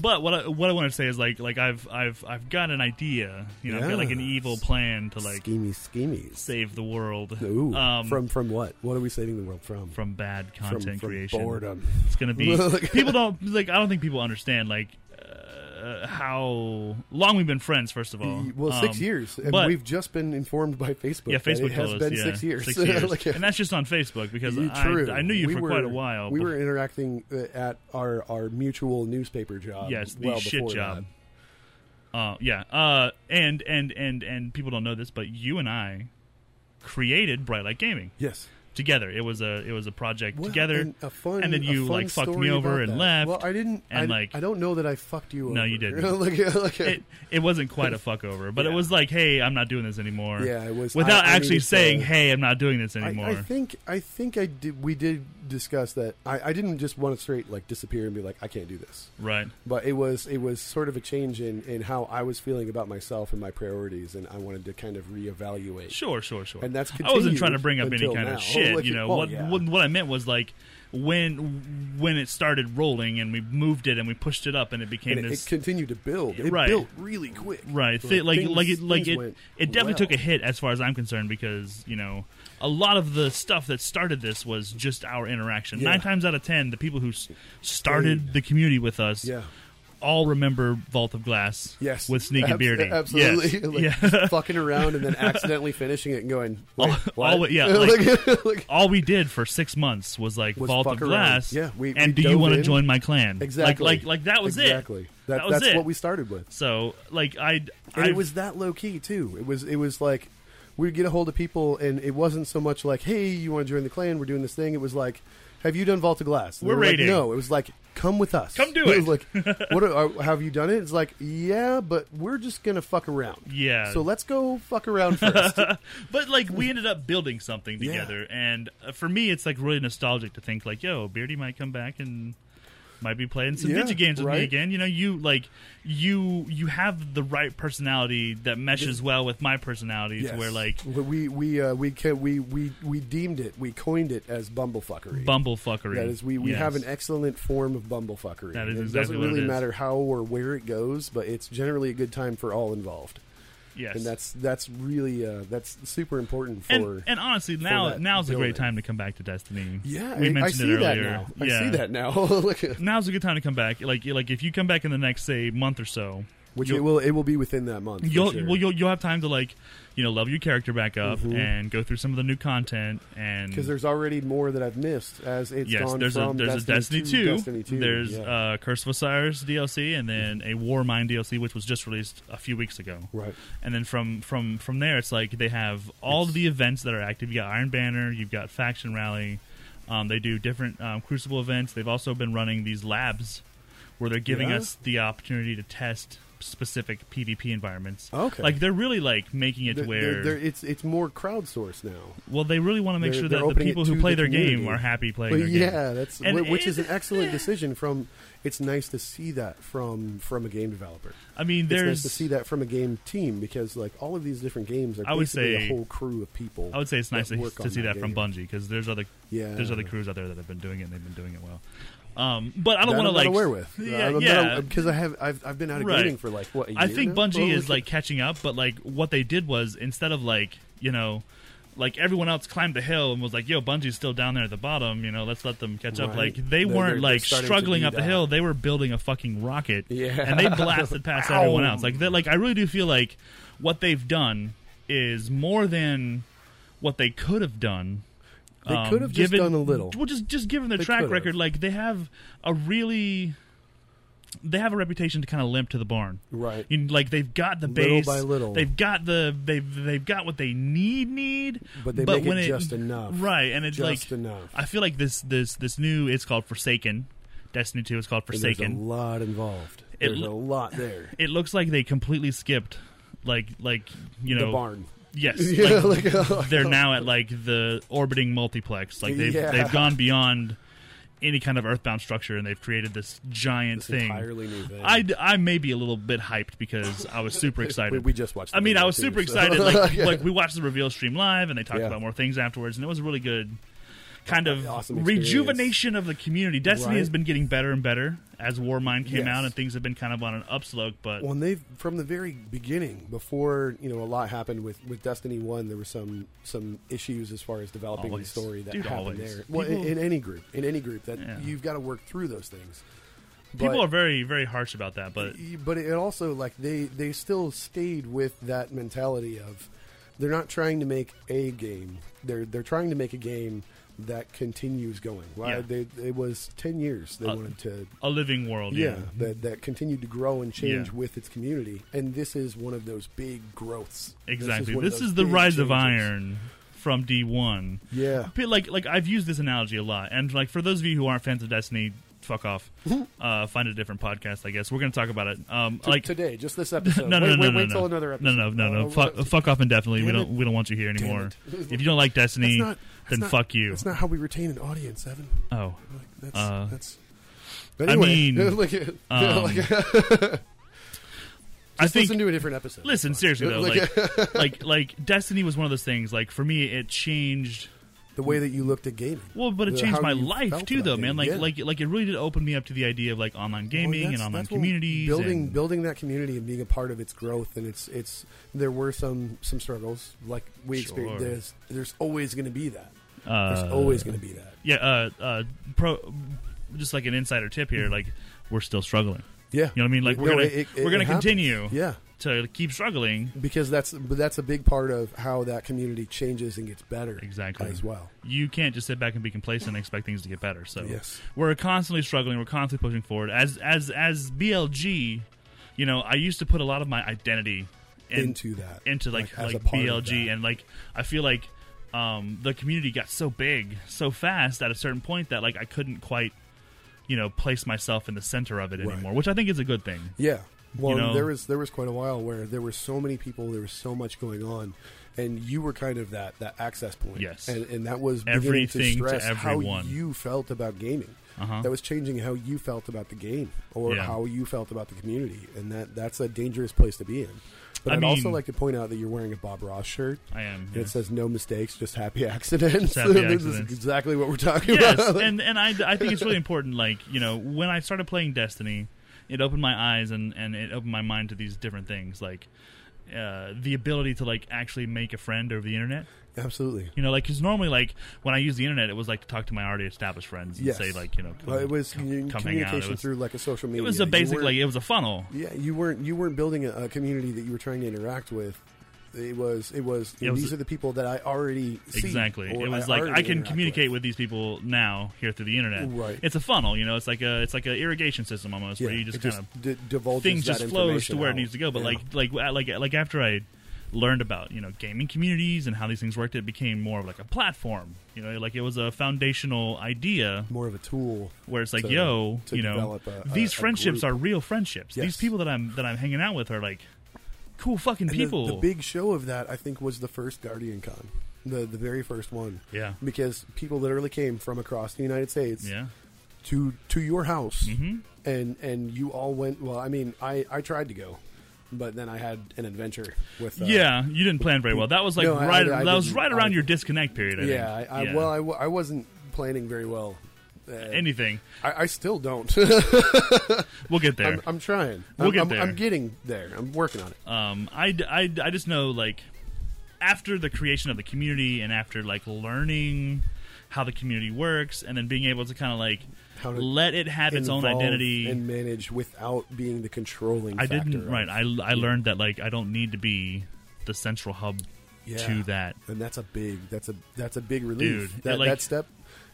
S1: but what I, what I want to say is like like I've I've I've got an idea. You know, I've got like an
S2: Yeah.
S1: evil plan to like
S2: schemy schemies.
S1: save the world.
S2: Ooh,
S1: um,
S2: from from what? What are we saving the world from?
S1: from bad
S2: From,
S1: content
S2: from
S1: creation.
S2: boredom.
S1: It's gonna be
S2: Look.
S1: people don't like. I don't think people understand like uh, uh, how long we've been friends. First of all,
S2: Well, six
S1: Um,
S2: years, and
S1: but-
S2: we've just been informed by Facebook.
S1: Yeah,
S2: that
S1: Facebook
S2: it has
S1: told us,
S2: been
S1: yeah,
S2: six years. Like,
S1: and that's just on Facebook because
S2: you-
S1: I,
S2: true.
S1: I knew you
S2: We
S1: for
S2: were-
S1: quite a while.
S2: We
S1: bef-
S2: were interacting uh, at our our mutual newspaper job.
S1: yes, the
S2: well
S1: shit
S2: before
S1: job.
S2: that.
S1: Uh, yeah, uh, and and and and people don't know this, but you and I created Bright Light Gaming
S2: Yes,
S1: together. It was a it was a project
S2: Well,
S1: together,
S2: and a fun,
S1: and then
S2: a
S1: you
S2: fun
S1: like fucked
S2: story
S1: me over
S2: about
S1: and
S2: that.
S1: left.
S2: Well, I didn't,
S1: and,
S2: I,
S1: like-
S2: I don't know that I fucked you.
S1: No,
S2: over.
S1: you didn't.
S2: like, like,
S1: it, it wasn't quite a fuck over, but it
S2: Yeah.
S1: was like, hey, I'm not doing this anymore.
S2: Yeah, it was-
S1: without
S2: I- I
S1: actually
S2: needed to-
S1: saying, hey, I'm not doing this
S2: I,
S1: anymore.
S2: I think I think I did. We did discuss that. I, I didn't just want to straight like disappear and be like, I can't do this.
S1: right.
S2: But it was it was sort of a change in, in how I was feeling about myself and my priorities, and I wanted to kind of reevaluate.
S1: Sure, sure, sure.
S2: And that's
S1: I wasn't
S2: continued
S1: trying to bring up any
S2: until
S1: kind
S2: now. Oh,
S1: of shit.
S2: Like,
S1: you know
S2: well,
S1: what,
S2: yeah.
S1: what? What I meant was like when when it started rolling and we moved it and we pushed it up and it became
S2: and it,
S1: this
S2: it continued to build. It
S1: Right.
S2: built really quick.
S1: right thi- like
S2: things-
S1: like it like
S2: things
S1: it
S2: went
S1: it definitely
S2: well.
S1: took a hit as far as I'm concerned because you know a lot of the stuff that started this was just our interaction.
S2: Yeah.
S1: Nine times out of ten, the people who s- started the community with us
S2: Yeah.
S1: all remember Vault of Glass.
S2: Yes.
S1: with Sneaky
S2: Abs-
S1: Beardy.
S2: Absolutely.
S1: Yes.
S2: Like,
S1: yeah.
S2: just fucking around and then accidentally finishing it and going, Wait,
S1: All-
S2: what?
S1: all- yeah,
S2: like, like-
S1: all we did for six months was like
S2: Was
S1: Vault of
S2: fuck around.
S1: Glass.
S2: Yeah, we-
S1: and do
S2: we
S1: you
S2: dove
S1: want to
S2: in.
S1: join my clan?
S2: exactly.
S1: Like, like, like that was
S2: exactly.
S1: it.
S2: That,
S1: was
S2: that's
S1: it.
S2: what we started with.
S1: So, like, I,
S2: And
S1: I
S2: it was that low key, too. It was, it was like, we'd get a hold of people and it wasn't so much like, hey, you want to join the clan? We're doing this thing. It was like, have you done Vault of Glass? And they
S1: We're
S2: were like,
S1: raiding.
S2: no, it was like, come with us.
S1: Come do
S2: was like, what are, are- have you done it? It's like, yeah, but we're just going to fuck around.
S1: Yeah.
S2: So let's go fuck around first.
S1: but like we ended up building something
S2: Yeah.
S1: together, and uh, for me, it's like really nostalgic to think like, yo, Beardy might come back and might be playing some
S2: Yeah,
S1: digigames games with me
S2: right.
S1: again. You know, you like you you have the right personality that meshes well with my personality, to
S2: Yes.
S1: where like
S2: we we we, uh, we, ca- we we we deemed it, we coined it as bumblefuckery.
S1: bumblefuckery.
S2: that is, we, we
S1: Yes.
S2: have an excellent form of bumblefuckery.
S1: That is
S2: it
S1: exactly
S2: doesn't
S1: what it
S2: really
S1: is.
S2: matter how or where it goes, but it's generally a good time for all involved,
S1: yes,
S2: and that's that's really uh, that's super important for.
S1: and, and honestly, now
S2: that
S1: now's a great
S2: building.
S1: time to come back to Destiny.
S2: yeah,
S1: we
S2: I, I
S1: mentioned
S2: see
S1: it
S2: that
S1: earlier.
S2: now.
S1: yeah.
S2: I see that now. Look at-
S1: Now's a good time to come back. Like, like if you come back in the next say month or so,
S2: Which
S1: you'll-
S2: it will it will be within that month. for
S1: you'll
S2: sure.
S1: well you'll you'll have time to like you know level your character back up
S2: Mhm.
S1: and go through some of the new content and
S2: because there's already more that I've missed as it's
S1: yes
S2: gone
S1: there's a
S2: from
S1: there's
S2: Destiny
S1: a Destiny two,
S2: to Destiny 2.
S1: there's
S2: yeah. Mm-hmm.
S1: uh, Curse of Osiris DLC and then a War Mine DLC which was just released a few weeks ago
S2: right.
S1: and then from from from there it's like they have all
S2: Yes.
S1: the events that are active you got Iron Banner you've got Faction Rally um, they do different um, Crucible events they've also been running these labs where they're giving
S2: Yeah?
S1: us the opportunity to test specific PvP environments
S2: Okay.
S1: like they're really like making it
S2: They're-
S1: to where
S2: they're- they're- it's it's more crowdsourced now.
S1: Well, they really want to make
S2: They're-
S1: sure
S2: they're
S1: that the
S2: opening it
S1: people who
S2: to
S1: play
S2: the
S1: their game
S2: community.
S1: are happy playing
S2: But
S1: their
S2: yeah,
S1: game.
S2: that's
S1: And
S2: wh- which
S1: it-
S2: is an excellent decision from. It's nice to see that from from a game developer.
S1: I mean,
S2: It's
S1: there's.
S2: nice to see that from a game team because like all of these different games are
S1: I would
S2: basically
S1: say-
S2: a whole crew of people.
S1: I would say it's nice
S2: that
S1: to,
S2: work
S1: to
S2: on
S1: see that,
S2: that
S1: from
S2: game.
S1: Bungie because there's other
S2: Yeah.
S1: there's other crews out there that have been doing it and they've been doing it well. Um, but I don't
S2: that
S1: want to
S2: I'm
S1: like
S2: not aware with
S1: Yeah,
S2: I'm
S1: yeah.
S2: because I have I've, I've been out of
S1: Right.
S2: gaming for like what a year
S1: I think
S2: now?
S1: Bungie
S2: Oh,
S1: is
S2: okay.
S1: like catching up, but like what they did was instead of like you know, like everyone else climbed the hill and was like, "Yo, Bungie's still down there at the bottom," you know, let's let them catch up.
S2: Right.
S1: Like they
S2: They're-
S1: weren't
S2: they're-
S1: like
S2: they're starting to
S1: struggling
S2: do
S1: up the
S2: that.
S1: hill; they were building a fucking rocket,
S2: Yeah.
S1: and they blasted past everyone else. Like that, like I really do feel like what they've done is more than what they could have done.
S2: They
S1: um,
S2: could have just
S1: given-
S2: done a little.
S1: Well, just just given their
S2: They
S1: track
S2: could have.
S1: record, like they have a really they have a reputation to kind of limp to the barn.
S2: Right.
S1: You know, like they've got the
S2: Little
S1: base
S2: by little.
S1: They've got the they've they've got what they need need.
S2: But they make it
S1: when
S2: just enough.
S1: Right, and it's
S2: Just
S1: like
S2: enough.
S1: I feel like this this this new it's called Forsaken. Destiny 2 is called
S2: And there's a
S1: Forsaken.
S2: lot involved.
S1: It
S2: There's
S1: l-
S2: a lot there.
S1: It looks like they completely skipped like like you know
S2: the barn.
S1: yes
S2: Yeah,
S1: like,
S2: like, oh,
S1: they're now at like the orbiting multiplex like they've
S2: Yeah.
S1: they've gone beyond any kind of earthbound structure and they've created this giant
S2: it's
S1: thing
S2: entirely new thing.
S1: I, I may be a little bit hyped because I was super
S2: we,
S1: excited.
S2: we just watched.
S1: I
S2: the
S1: mean, I
S2: video,
S1: was
S2: too,
S1: super
S2: so-
S1: excited. Like, like we watched the reveal stream live, and they talked
S2: Yeah.
S1: about more things afterwards, and it was a really good kind of
S2: Awesome experience.
S1: rejuvenation of the community. Destiny
S2: Right.
S1: has been getting better and better as Warmind came
S2: Yes.
S1: out, and things have been kind of on an upslope. But
S2: Well, and they've from the very beginning, before you know, a lot happened with, with Destiny One. There were some some issues as far as developing
S1: Always.
S2: the story that
S1: Dude,
S2: happened
S1: always.
S2: there. Well, in,
S1: People-
S2: in any group, in any group, that
S1: Yeah.
S2: you've got to work through those things.
S1: People
S2: But-
S1: are very very harsh about that, but
S2: Y- but it also like they they still stayed with that mentality of they're not trying to make a game they're they're trying to make a game that continues going Why
S1: Yeah.
S2: they, it was 10 years they
S1: Uh,
S2: wanted to
S1: a living world.
S2: yeah,
S1: Yeah.
S2: that that continued to grow and change
S1: Yeah.
S2: with its community and this is one of those big growths This is
S1: Exactly.
S2: one of
S1: This
S2: those
S1: is the
S2: big
S1: rise of
S2: changes.
S1: iron from D1.
S2: yeah
S1: Pe- Like like I've used this analogy a lot, and like for those of you who aren't fans of Destiny, fuck off. uh, find a different podcast. I guess we're gonna talk about it. Um,
S2: T-
S1: like
S2: today just this episode
S1: no, no,
S2: wait,
S1: no,
S2: wait,
S1: no,
S2: wait
S1: no,
S2: till
S1: no.
S2: another episode
S1: No, no, no, no.
S2: Uh,
S1: Fuck, fuck off indefinitely. We
S2: Damn
S1: don't, we don't want you here anymore.
S2: Damn it.
S1: If you don't like Destiny,
S2: That's not- that's
S1: then
S2: not-
S1: fuck you.
S2: that's not how we retain an audience evan
S1: Oh,
S2: Like, that's,
S1: Uh,
S2: that's. But
S1: I
S2: anyway,
S1: mean,
S2: like,
S1: um,
S2: like,
S1: I
S2: just
S1: think.
S2: listen to a different episode.
S1: Listen,
S2: It's fine.
S1: seriously though, like, like, like, Destiny was one of those things. Like for me, it changed.
S2: the way that you looked at gaming.
S1: Well, but it
S2: The-
S1: changed
S2: Uh, how
S1: my
S2: you
S1: life
S2: felt
S1: too,
S2: about
S1: though,
S2: it,
S1: man. Like,
S2: yeah.
S1: like, like, it really did open me up to the idea of like online gaming
S2: Well,
S1: and
S2: that's-
S1: online
S2: that's what-
S1: communities.
S2: building
S1: and-
S2: building that community and being a part of its growth and it's it's there were some some struggles like we experienced.
S1: Sure.
S2: There's there's always going to be that. There's
S1: uh,
S2: always going to be that.
S1: yeah. Uh, uh, pro, just like an insider tip here, like we're still struggling.
S2: Yeah,
S1: You know what I mean? Like we're
S2: No,
S1: gonna
S2: it- it-
S1: we're
S2: it
S1: gonna
S2: happens.
S1: continue
S2: Yeah,
S1: to keep struggling.
S2: because that's but that's a big part of how that community changes and gets better
S1: Exactly.
S2: as well.
S1: you can't just sit back and be complacent and expect things to get better. So
S2: Yes.
S1: we're constantly struggling. We're constantly pushing forward. As as as BLG, you know, I used to put a lot of my identity in-
S2: Into that,
S1: into like
S2: as
S1: like,
S2: a part of
S1: BLG,
S2: that.
S1: and like I feel like um, the community got so big so fast at a certain point that like I couldn't quite you know place myself in the center of it
S2: Right.
S1: anymore, which I think is a good thing.
S2: Yeah. Well,
S1: know?
S2: there was there was quite a while where there were so many people, there was so much going on, and you were kind of that that access point.
S1: Yes.
S2: and, and that was beginning
S1: Everything to
S2: to stress how
S1: everyone.
S2: you felt about gaming.
S1: Uh-huh.
S2: That was changing how you felt about the game or
S1: Yeah.
S2: how you felt about the community, and that that's a dangerous place to be in. But
S1: I
S2: I'd also
S1: mean-
S2: like to point out that you're wearing a Bob Ross shirt.
S1: I am.
S2: And
S1: yeah.
S2: It says no mistakes, just happy accidents.
S1: happy
S2: this is
S1: accidents.
S2: exactly what we're talking
S1: yes,
S2: about.
S1: and and I, I think it's really important. Like you know, when I started playing Destiny, it opened my eyes and and it opened my mind to these different things, like uh, the ability to like actually make a friend over the internet.
S2: Absolutely.
S1: You know, like because normally, like when I use the internet, it was like to talk to my already established friends and
S2: Yes.
S1: say like you know, come,
S2: Well, it was
S1: come, come hang out.
S2: communication
S1: It was,
S2: through like a social media.
S1: it was a
S2: You
S1: basic
S2: weren't-
S1: like it was a funnel.
S2: Yeah, you weren't you weren't building a, a community that you were trying to interact with. It was it was,
S1: It was-
S2: these are the people that I already see,
S1: Exactly.
S2: or
S1: It was like
S2: already
S1: I can
S2: interact
S1: communicate with. these people now here through the internet.
S2: Right.
S1: It's a funnel, you know. It's like a it's like an irrigation system almost,
S2: Yeah,
S1: where you just
S2: it
S1: kind of
S2: d- divulges
S1: things
S2: that
S1: just flows to
S2: information
S1: where
S2: out,
S1: it needs to go. But
S2: you
S1: like
S2: know?
S1: like uh, like like after I learned about you know gaming communities and how these things worked, it became more of like a platform. You know, like it was a foundational idea
S2: more of a tool.
S1: where it's like,
S2: to-
S1: yo,
S2: to
S1: you know,
S2: develop a- a-
S1: these
S2: a
S1: friendships
S2: group.
S1: are real friendships. These
S2: Yes.
S1: people that I'm that I'm hanging out with are like cool fucking
S2: And the-
S1: people.
S2: The, big show of that, I think, was the first Guardian Con, the the very first one.
S1: Yeah.
S2: because people literally came from across the United States
S1: yeah,
S2: to to your house,
S1: Mhm.
S2: and and you all went. Well, I mean, I I tried to go, but then I had an adventure with uh,
S1: yeah. You didn't plan very well. That was like
S2: No, I-
S1: right.
S2: I- I
S1: that was
S2: didn't-
S1: right around
S2: I-
S1: your disconnect period. I think.
S2: yeah, I, I, Well, I, w- I wasn't planning very well. Uh,
S1: anything.
S2: I, I still don't.
S1: We'll get there.
S2: I'm, I'm trying.
S1: We'll
S2: I'm,
S1: get
S2: I'm,
S1: there.
S2: I'm getting there. I'm working on it.
S1: um, I, d- I d- I just know like after the creation of the community and after like learning how the community works and then being able to kind of like
S2: How to
S1: let it have its own
S2: Involve
S1: identity
S2: and manage without being the controlling.
S1: i
S2: factor
S1: didn't
S2: of-
S1: right I, I learned that like i don't need to be the central hub
S2: Yeah.
S1: to that
S2: and that's a big. That's a that's a big relief.
S1: Dude, it,
S2: that
S1: like-
S2: that step,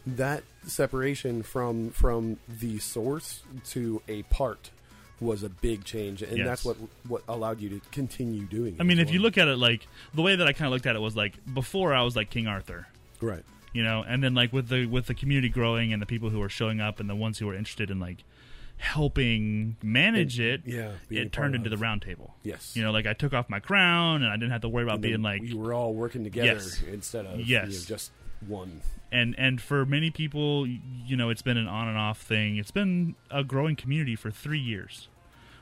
S2: that separation from from the source to a part was a big change, and
S1: Yes.
S2: that's what what allowed you to continue doing. it
S1: i mean
S2: as
S1: if you
S2: well.
S1: look at it like the way that i kind of looked at it was like before i was like king arthur
S2: right,
S1: you know and then like with the with the community growing and the people who are showing up and the ones who are interested in like helping manage it
S2: yeah, being a
S1: it turned
S2: part
S1: into
S2: of.
S1: the round table
S2: Yes.
S1: you know like i took off my crown and i didn't have to worry about
S2: And then
S1: being like
S2: we were all working together
S1: Yes.
S2: instead of
S1: Yes.
S2: you know, just one.
S1: and and for many people you know it's been an on and off thing it's been a growing community for three years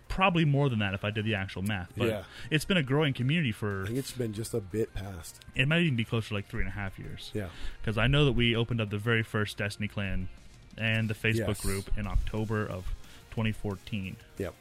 S1: probably more than that if i did the actual math but
S2: Yeah.
S1: it's been a growing community for
S2: I think it's been just a bit past.
S1: it might even be closer to like three and a half years
S2: Yeah,
S1: because I know that we opened up the very first Destiny Clan and the Facebook
S2: Yes.
S1: group in October of 2014.
S2: yep.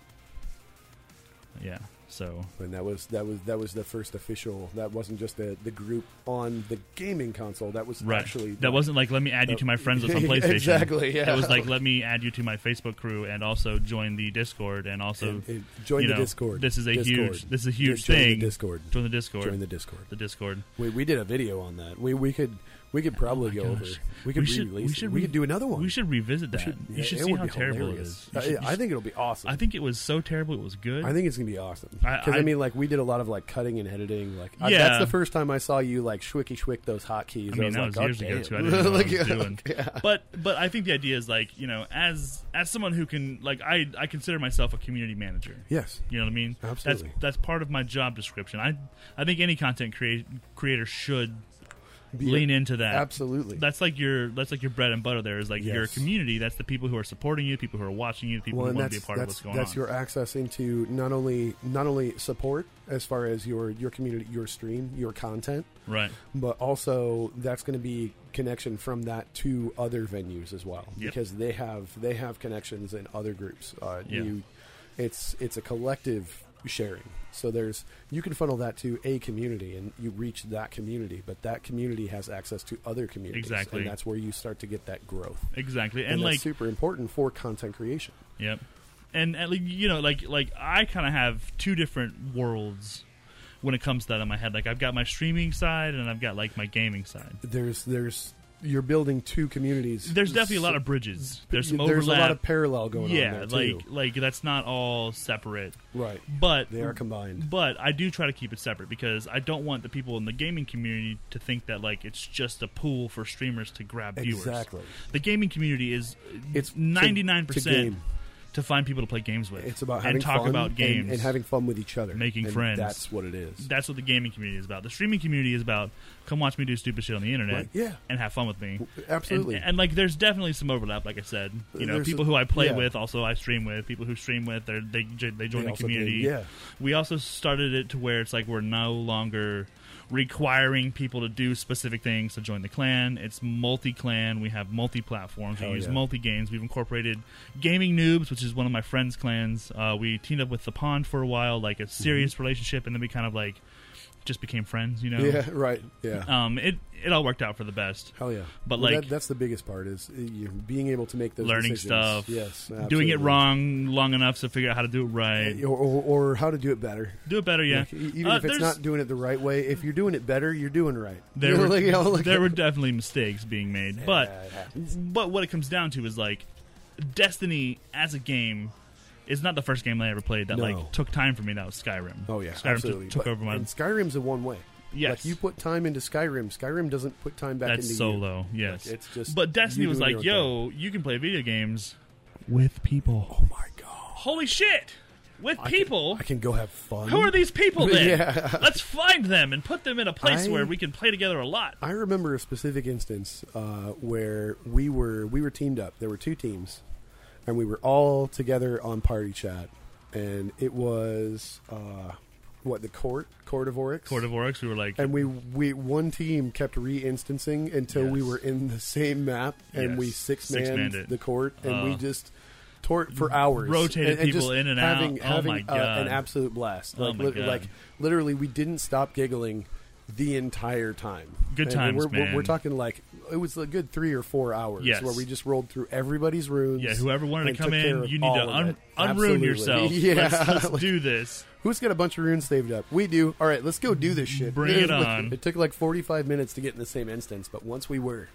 S1: Yeah, So
S2: And that was that was that was the first official. That wasn't just the the group on the gaming console. That was
S1: right,
S2: actually
S1: that wasn't like let me add you to my friends list on
S2: Yeah,
S1: PlayStation.
S2: exactly, yeah.
S1: it was like let me add you to my Facebook crew and also join the Discord and also
S2: And- and join
S1: you
S2: the
S1: know,
S2: Discord.
S1: This is a
S2: Discord.
S1: huge this is a huge
S2: Join the
S1: thing.
S2: Discord.
S1: Join the Discord.
S2: Join the Discord.
S1: the Discord.
S2: We, we did a video on that. We we could we could probably go over.
S1: Oh Gosh.
S2: We could
S1: should-
S2: re-release.
S1: we should
S2: it. we
S1: re-
S2: could do another one.
S1: We should revisit that.
S2: We should-
S1: you
S2: yeah,
S1: should
S2: it
S1: see
S2: would
S1: how
S2: be
S1: terrible it
S2: hilarious. Uh,
S1: is. You should-
S2: I-
S1: you
S2: I,
S1: should-
S2: think it'll be awesome.
S1: I think it was so terrible it was good.
S2: I think it's gonna be awesome
S1: I-
S2: because I,
S1: I-
S2: mean, like we did a lot of like cutting and editing. Like I-
S1: Yeah.
S2: that's the first time I saw you like schwicky schwick those hotkeys.
S1: I mean, that
S2: like,
S1: was
S2: "God
S1: years ago
S2: damn."
S1: too. I didn't know what I was
S2: Like,
S1: doing. But but I think the idea is like you know, as as someone who can like I I consider myself a community manager.
S2: Yes,
S1: You know what I mean?
S2: Absolutely.
S1: That's that's part of my job description. I I think any content create, creator should
S2: Be-
S1: lean into that.
S2: absolutely.
S1: That's like your that's like your bread and butter. There is like your
S2: Yes.
S1: community. That's the people who are supporting you, people who are watching you, the people
S2: well,
S1: who
S2: and
S1: want
S2: that's
S1: to be a part of
S2: that's,
S1: what's going
S2: that's
S1: on.
S2: your access into not only not only support as far as your your community, your stream, your content,
S1: right.
S2: but also that's going to be connection from that to other venues as well
S1: Yep.
S2: because they have they have connections in other groups uh,
S1: Yeah.
S2: you it's it's a collective sharing so there's you can funnel that to a community and you reach that community but that community has access to other communities
S1: Exactly.
S2: and that's where you start to get that growth
S1: Exactly.
S2: and,
S1: And,
S2: that's
S1: like
S2: super important for content creation
S1: Yep. And at least, you know, like like I kind of have two different worlds when it comes to that in my head. Like I've got my streaming side and I've got like my gaming side.
S2: there's there's you're building two communities
S1: There's definitely a lot
S2: So-
S1: of bridges. There's some
S2: there's
S1: overlap.
S2: a lot of parallel going
S1: yeah,
S2: on there too.
S1: like like that's not all separate.
S2: right
S1: But
S2: they are combined
S1: But I do try to keep it separate because I don't want the people in the gaming community to think that like it's just a pool for streamers to grab viewers.
S2: Exactly.
S1: The gaming community is
S2: It's
S1: it's
S2: to-
S1: ninety nine
S2: to game.
S1: percent to find people to play games with.
S2: It's about having
S1: and talk
S2: fun
S1: about
S2: and-
S1: games
S2: and, having fun with each other,
S1: Making
S2: And
S1: friends.
S2: That's what it is.
S1: That's what the gaming community is about. The streaming community is about come watch me do stupid shit on the internet,
S2: Right, yeah.
S1: and have fun with me.
S2: Absolutely.
S1: And, and, like, there's definitely some overlap. Like I said, you know,
S2: There's
S1: people
S2: a-
S1: who I play
S2: yeah.
S1: with, also I stream with. People who stream with, they're, they j- they join
S2: They
S1: the
S2: also do,
S1: community.
S2: yeah.
S1: We also started it to where it's like we're no longer requiring people to do specific things to join the clan. It's multi-clan. We have multi-platforms.
S2: Hell
S1: we use
S2: yeah.
S1: multi-games. We've incorporated gaming noobs, which is one of my friends' clans. Uh, we teamed up with the pond for a while, like a serious
S2: Mm-hmm.
S1: relationship, and then we kind of like just became friends. You know,
S2: yeah, right. Yeah.
S1: um, it it all worked out for the best.
S2: Hell yeah.
S1: but,
S2: Well,
S1: like-
S2: that, that's the biggest part is uh, you being able to make those
S1: Learning
S2: decisions.
S1: stuff,
S2: Yes.
S1: doing
S2: absolutely. Uh,
S1: it wrong long enough to figure out how to do it right.
S2: Or, or, or how to do it better.
S1: Do it better, yeah.
S2: Like, e- even
S1: Uh,
S2: if it's
S1: there's-
S2: not doing it the right way, if you're doing it better, you're doing right.
S1: there
S2: You know,
S1: were
S2: like, you know, like-
S1: there were definitely mistakes being made,
S2: Yeah,
S1: but
S2: it happens.
S1: but what it comes down to is like Destiny as a game is not the first game I ever played that
S2: No.
S1: like took time for me. That was Skyrim.
S2: oh yeah,
S1: Skyrim
S2: absolutely.
S1: took, took
S2: But-
S1: over my.
S2: and Skyrim's a one way.
S1: Yes.
S2: Like you put time into Skyrim, Skyrim doesn't put time back into
S1: That's
S2: you.
S1: solo, yes.
S2: Like, it's just
S1: but Destiny
S2: you
S1: was
S2: doing
S1: like,
S2: your
S1: "Yo,
S2: own
S1: you can play video games with people."
S2: Oh my god.
S1: Holy shit! With people,
S2: I can go have fun.
S1: who are these people? Then
S2: Yeah.
S1: let's find them and put them in a place
S2: I-
S1: where we can play together a lot.
S2: I remember a specific instance uh, where we were we were teamed up. There were two teams, and we were all together on party chat, and it was uh, what the court court of Oryx.
S1: Court of Oryx, we were like,
S2: and we, we one team kept reinstancing until we
S1: Yes.
S2: were in the same map, and
S1: Yes.
S2: we six
S1: Six-manned
S2: manned
S1: it.
S2: the court, and we
S1: Uh,
S2: just tore it for hours,
S1: rotated
S2: and, and
S1: people
S2: just
S1: in and out.
S2: having,
S1: Oh
S2: having
S1: my
S2: uh,
S1: God.
S2: an absolute blast!
S1: Oh
S2: Like,
S1: my
S2: lit-
S1: God.
S2: like literally, we didn't stop giggling the entire time.
S1: Good
S2: And
S1: times,
S2: we're, We're, we're
S1: man.
S2: talking like it was a good three or four hours
S1: Yes.
S2: where we just rolled through everybody's rooms.
S1: Yeah, whoever wanted
S2: and
S1: to come
S2: took care
S1: in,
S2: of
S1: you need
S2: all
S1: to
S2: of it.
S1: un- unruin
S2: Absolutely.
S1: yourself.
S2: Yeah,
S1: Let's, let's
S2: Like,
S1: do this.
S2: Who's got a bunch of runes saved up? We do. All right, let's go do this shit.
S1: Bring it on.
S2: It took like 45 minutes to get in the same instance, but once we were,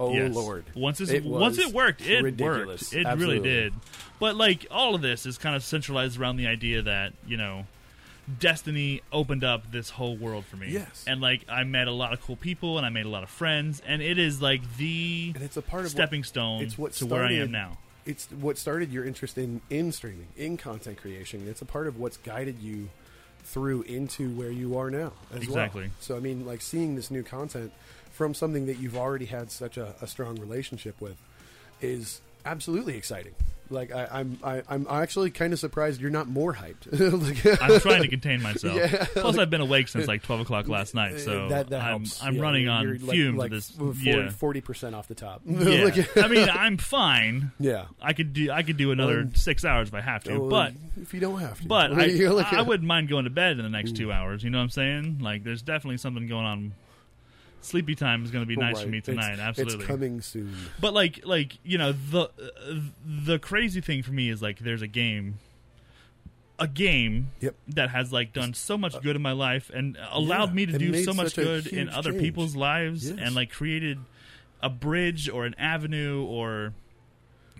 S2: oh
S1: Yes.
S2: lord,
S1: Once it's,
S2: it
S1: once
S2: was
S1: it worked, it
S2: ridiculous.
S1: worked. It
S2: Absolutely.
S1: really did. But like all of this is kind of centralized around the idea that you know, Destiny opened up this whole world for me.
S2: Yes.
S1: and like I met a lot of cool people and I made a lot of friends, and it is like the
S2: And it's a part of what-
S1: stepping stone
S2: it's what
S1: to where I am
S2: started-
S1: now.
S2: It's what started your interest in in streaming, in content creation. It's a part of what's guided you through into where you are now. As Well.
S1: Exactly.
S2: So I mean, like seeing this new content from something that you've already had such a, a strong relationship with is absolutely exciting. Like I, I'm, I, I'm actually kind of surprised you're not more hyped. like,
S1: I'm trying to contain myself.
S2: Yeah.
S1: Plus, I've been awake since like 12 o'clock last night, so
S2: that, that
S1: I'm,
S2: helps.
S1: I'm
S2: Yeah,
S1: running
S2: you're-
S1: on
S2: you're
S1: fumes
S2: Like, like
S1: this.
S2: 40
S1: yeah.
S2: percent off the top.
S1: Yeah.
S2: Like,
S1: I mean, I'm fine.
S2: yeah.
S1: I could do I could do another
S2: Um,
S1: six hours if I have to,
S2: Well,
S1: but
S2: Oh, if you don't have to,
S1: but I,
S2: You're like-
S1: I wouldn't mind going to bed in the next two hours. You know what I'm saying? Like, there's definitely something going on. Sleepy time is going to be nice for
S2: Oh, Right.
S1: me
S2: It's-
S1: tonight. absolutely.
S2: it's coming soon.
S1: But like, like you know, the uh, the crazy thing for me is like, there's a game, a game
S2: Yep. Uh,
S1: that has like done so much good in my life and allowed
S2: Yeah,
S1: me to
S2: it
S1: do
S2: made
S1: so much
S2: such a
S1: good in
S2: huge
S1: other
S2: change.
S1: people's lives
S2: Yes.
S1: and like created a bridge or an avenue or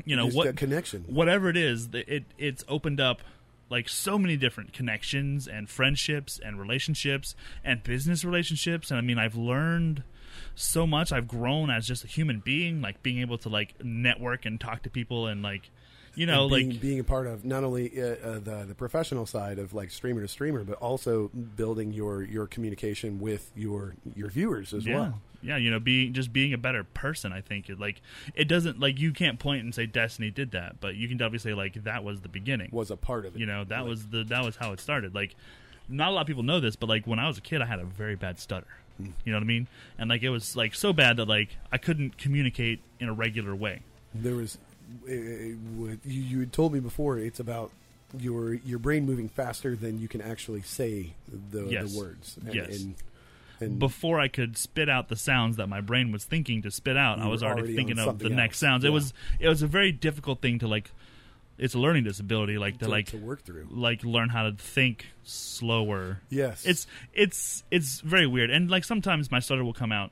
S1: you know
S2: Just
S1: Uh, what
S2: that connection?
S1: whatever it is, th- it it's opened up like so many different connections and friendships and relationships and business relationships and I mean I've learned so much I've grown as just a human being like being able to like network and talk to people and like you know
S2: And being,
S1: like
S2: being a part of not only uh, uh, the the professional side of like streamer to streamer, but also building your your communication with your your viewers as
S1: yeah
S2: well.
S1: yeah you know being just being a better person I think it, like it doesn't like you can't point and say destiny did that but you can definitely say like that was the beginning
S2: Was a part of it.
S1: you know that was the that was how it started like not a lot of people know this but like when i was a kid i had a very bad stutter you know what i mean and like it was like so bad that like i couldn't communicate in a regular way
S2: there was it, it, would- you you had told me before. It's about your your brain moving faster than you can actually say the,
S1: Yes.
S2: the words.
S1: Yes.
S2: And, and
S1: before i could spit out the sounds that my brain was thinking to spit out i
S2: You
S1: was
S2: were
S1: already,
S2: already
S1: thinking
S2: on
S1: of the
S2: something
S1: next
S2: else.
S1: sounds it
S2: Yeah.
S1: was it was a very difficult thing to like it's a learning disability like to
S2: to-
S1: like
S2: to work through.
S1: like learn how to think slower
S2: Yes.
S1: it's it's it's very weird and like sometimes my stutter will come out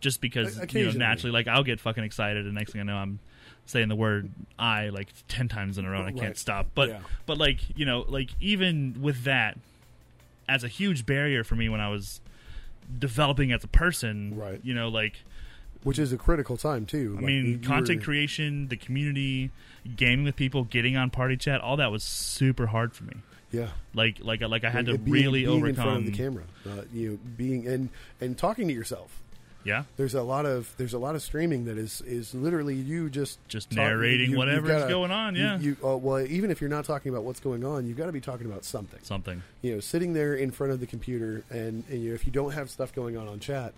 S1: just because
S2: O-
S1: you know
S2: occasionally.
S1: naturally like i'll get fucking excited and next thing i know i'm saying the word i like 10 times in a row and i can't
S2: Right.
S1: stop but
S2: Yeah.
S1: but like you know like even with that as a huge barrier for me when i was developing as a person
S2: Right.
S1: you know like
S2: which is a critical time too.
S1: I mean, content creation, the community, gaming with people, getting on party chat, all that was super hard for me.
S2: Yeah.
S1: Like, like, like I had
S2: Like,
S1: to
S2: uh, being-
S1: really
S2: being in
S1: overcome.
S2: front of the camera. Uh, you know, being and and talking to yourself.
S1: yeah,
S2: There's a lot of there's a lot of streaming that is is literally you just
S1: Just
S2: talking-
S1: narrating
S2: you've
S1: whatever's
S2: gotta-
S1: going on,
S2: you-
S1: yeah.
S2: You, uh, well, even if you're not talking about what's going on, you've got to be talking about something.
S1: something.
S2: You know, sitting there in front of the computer, and, and you know, if you don't have stuff going on on chat,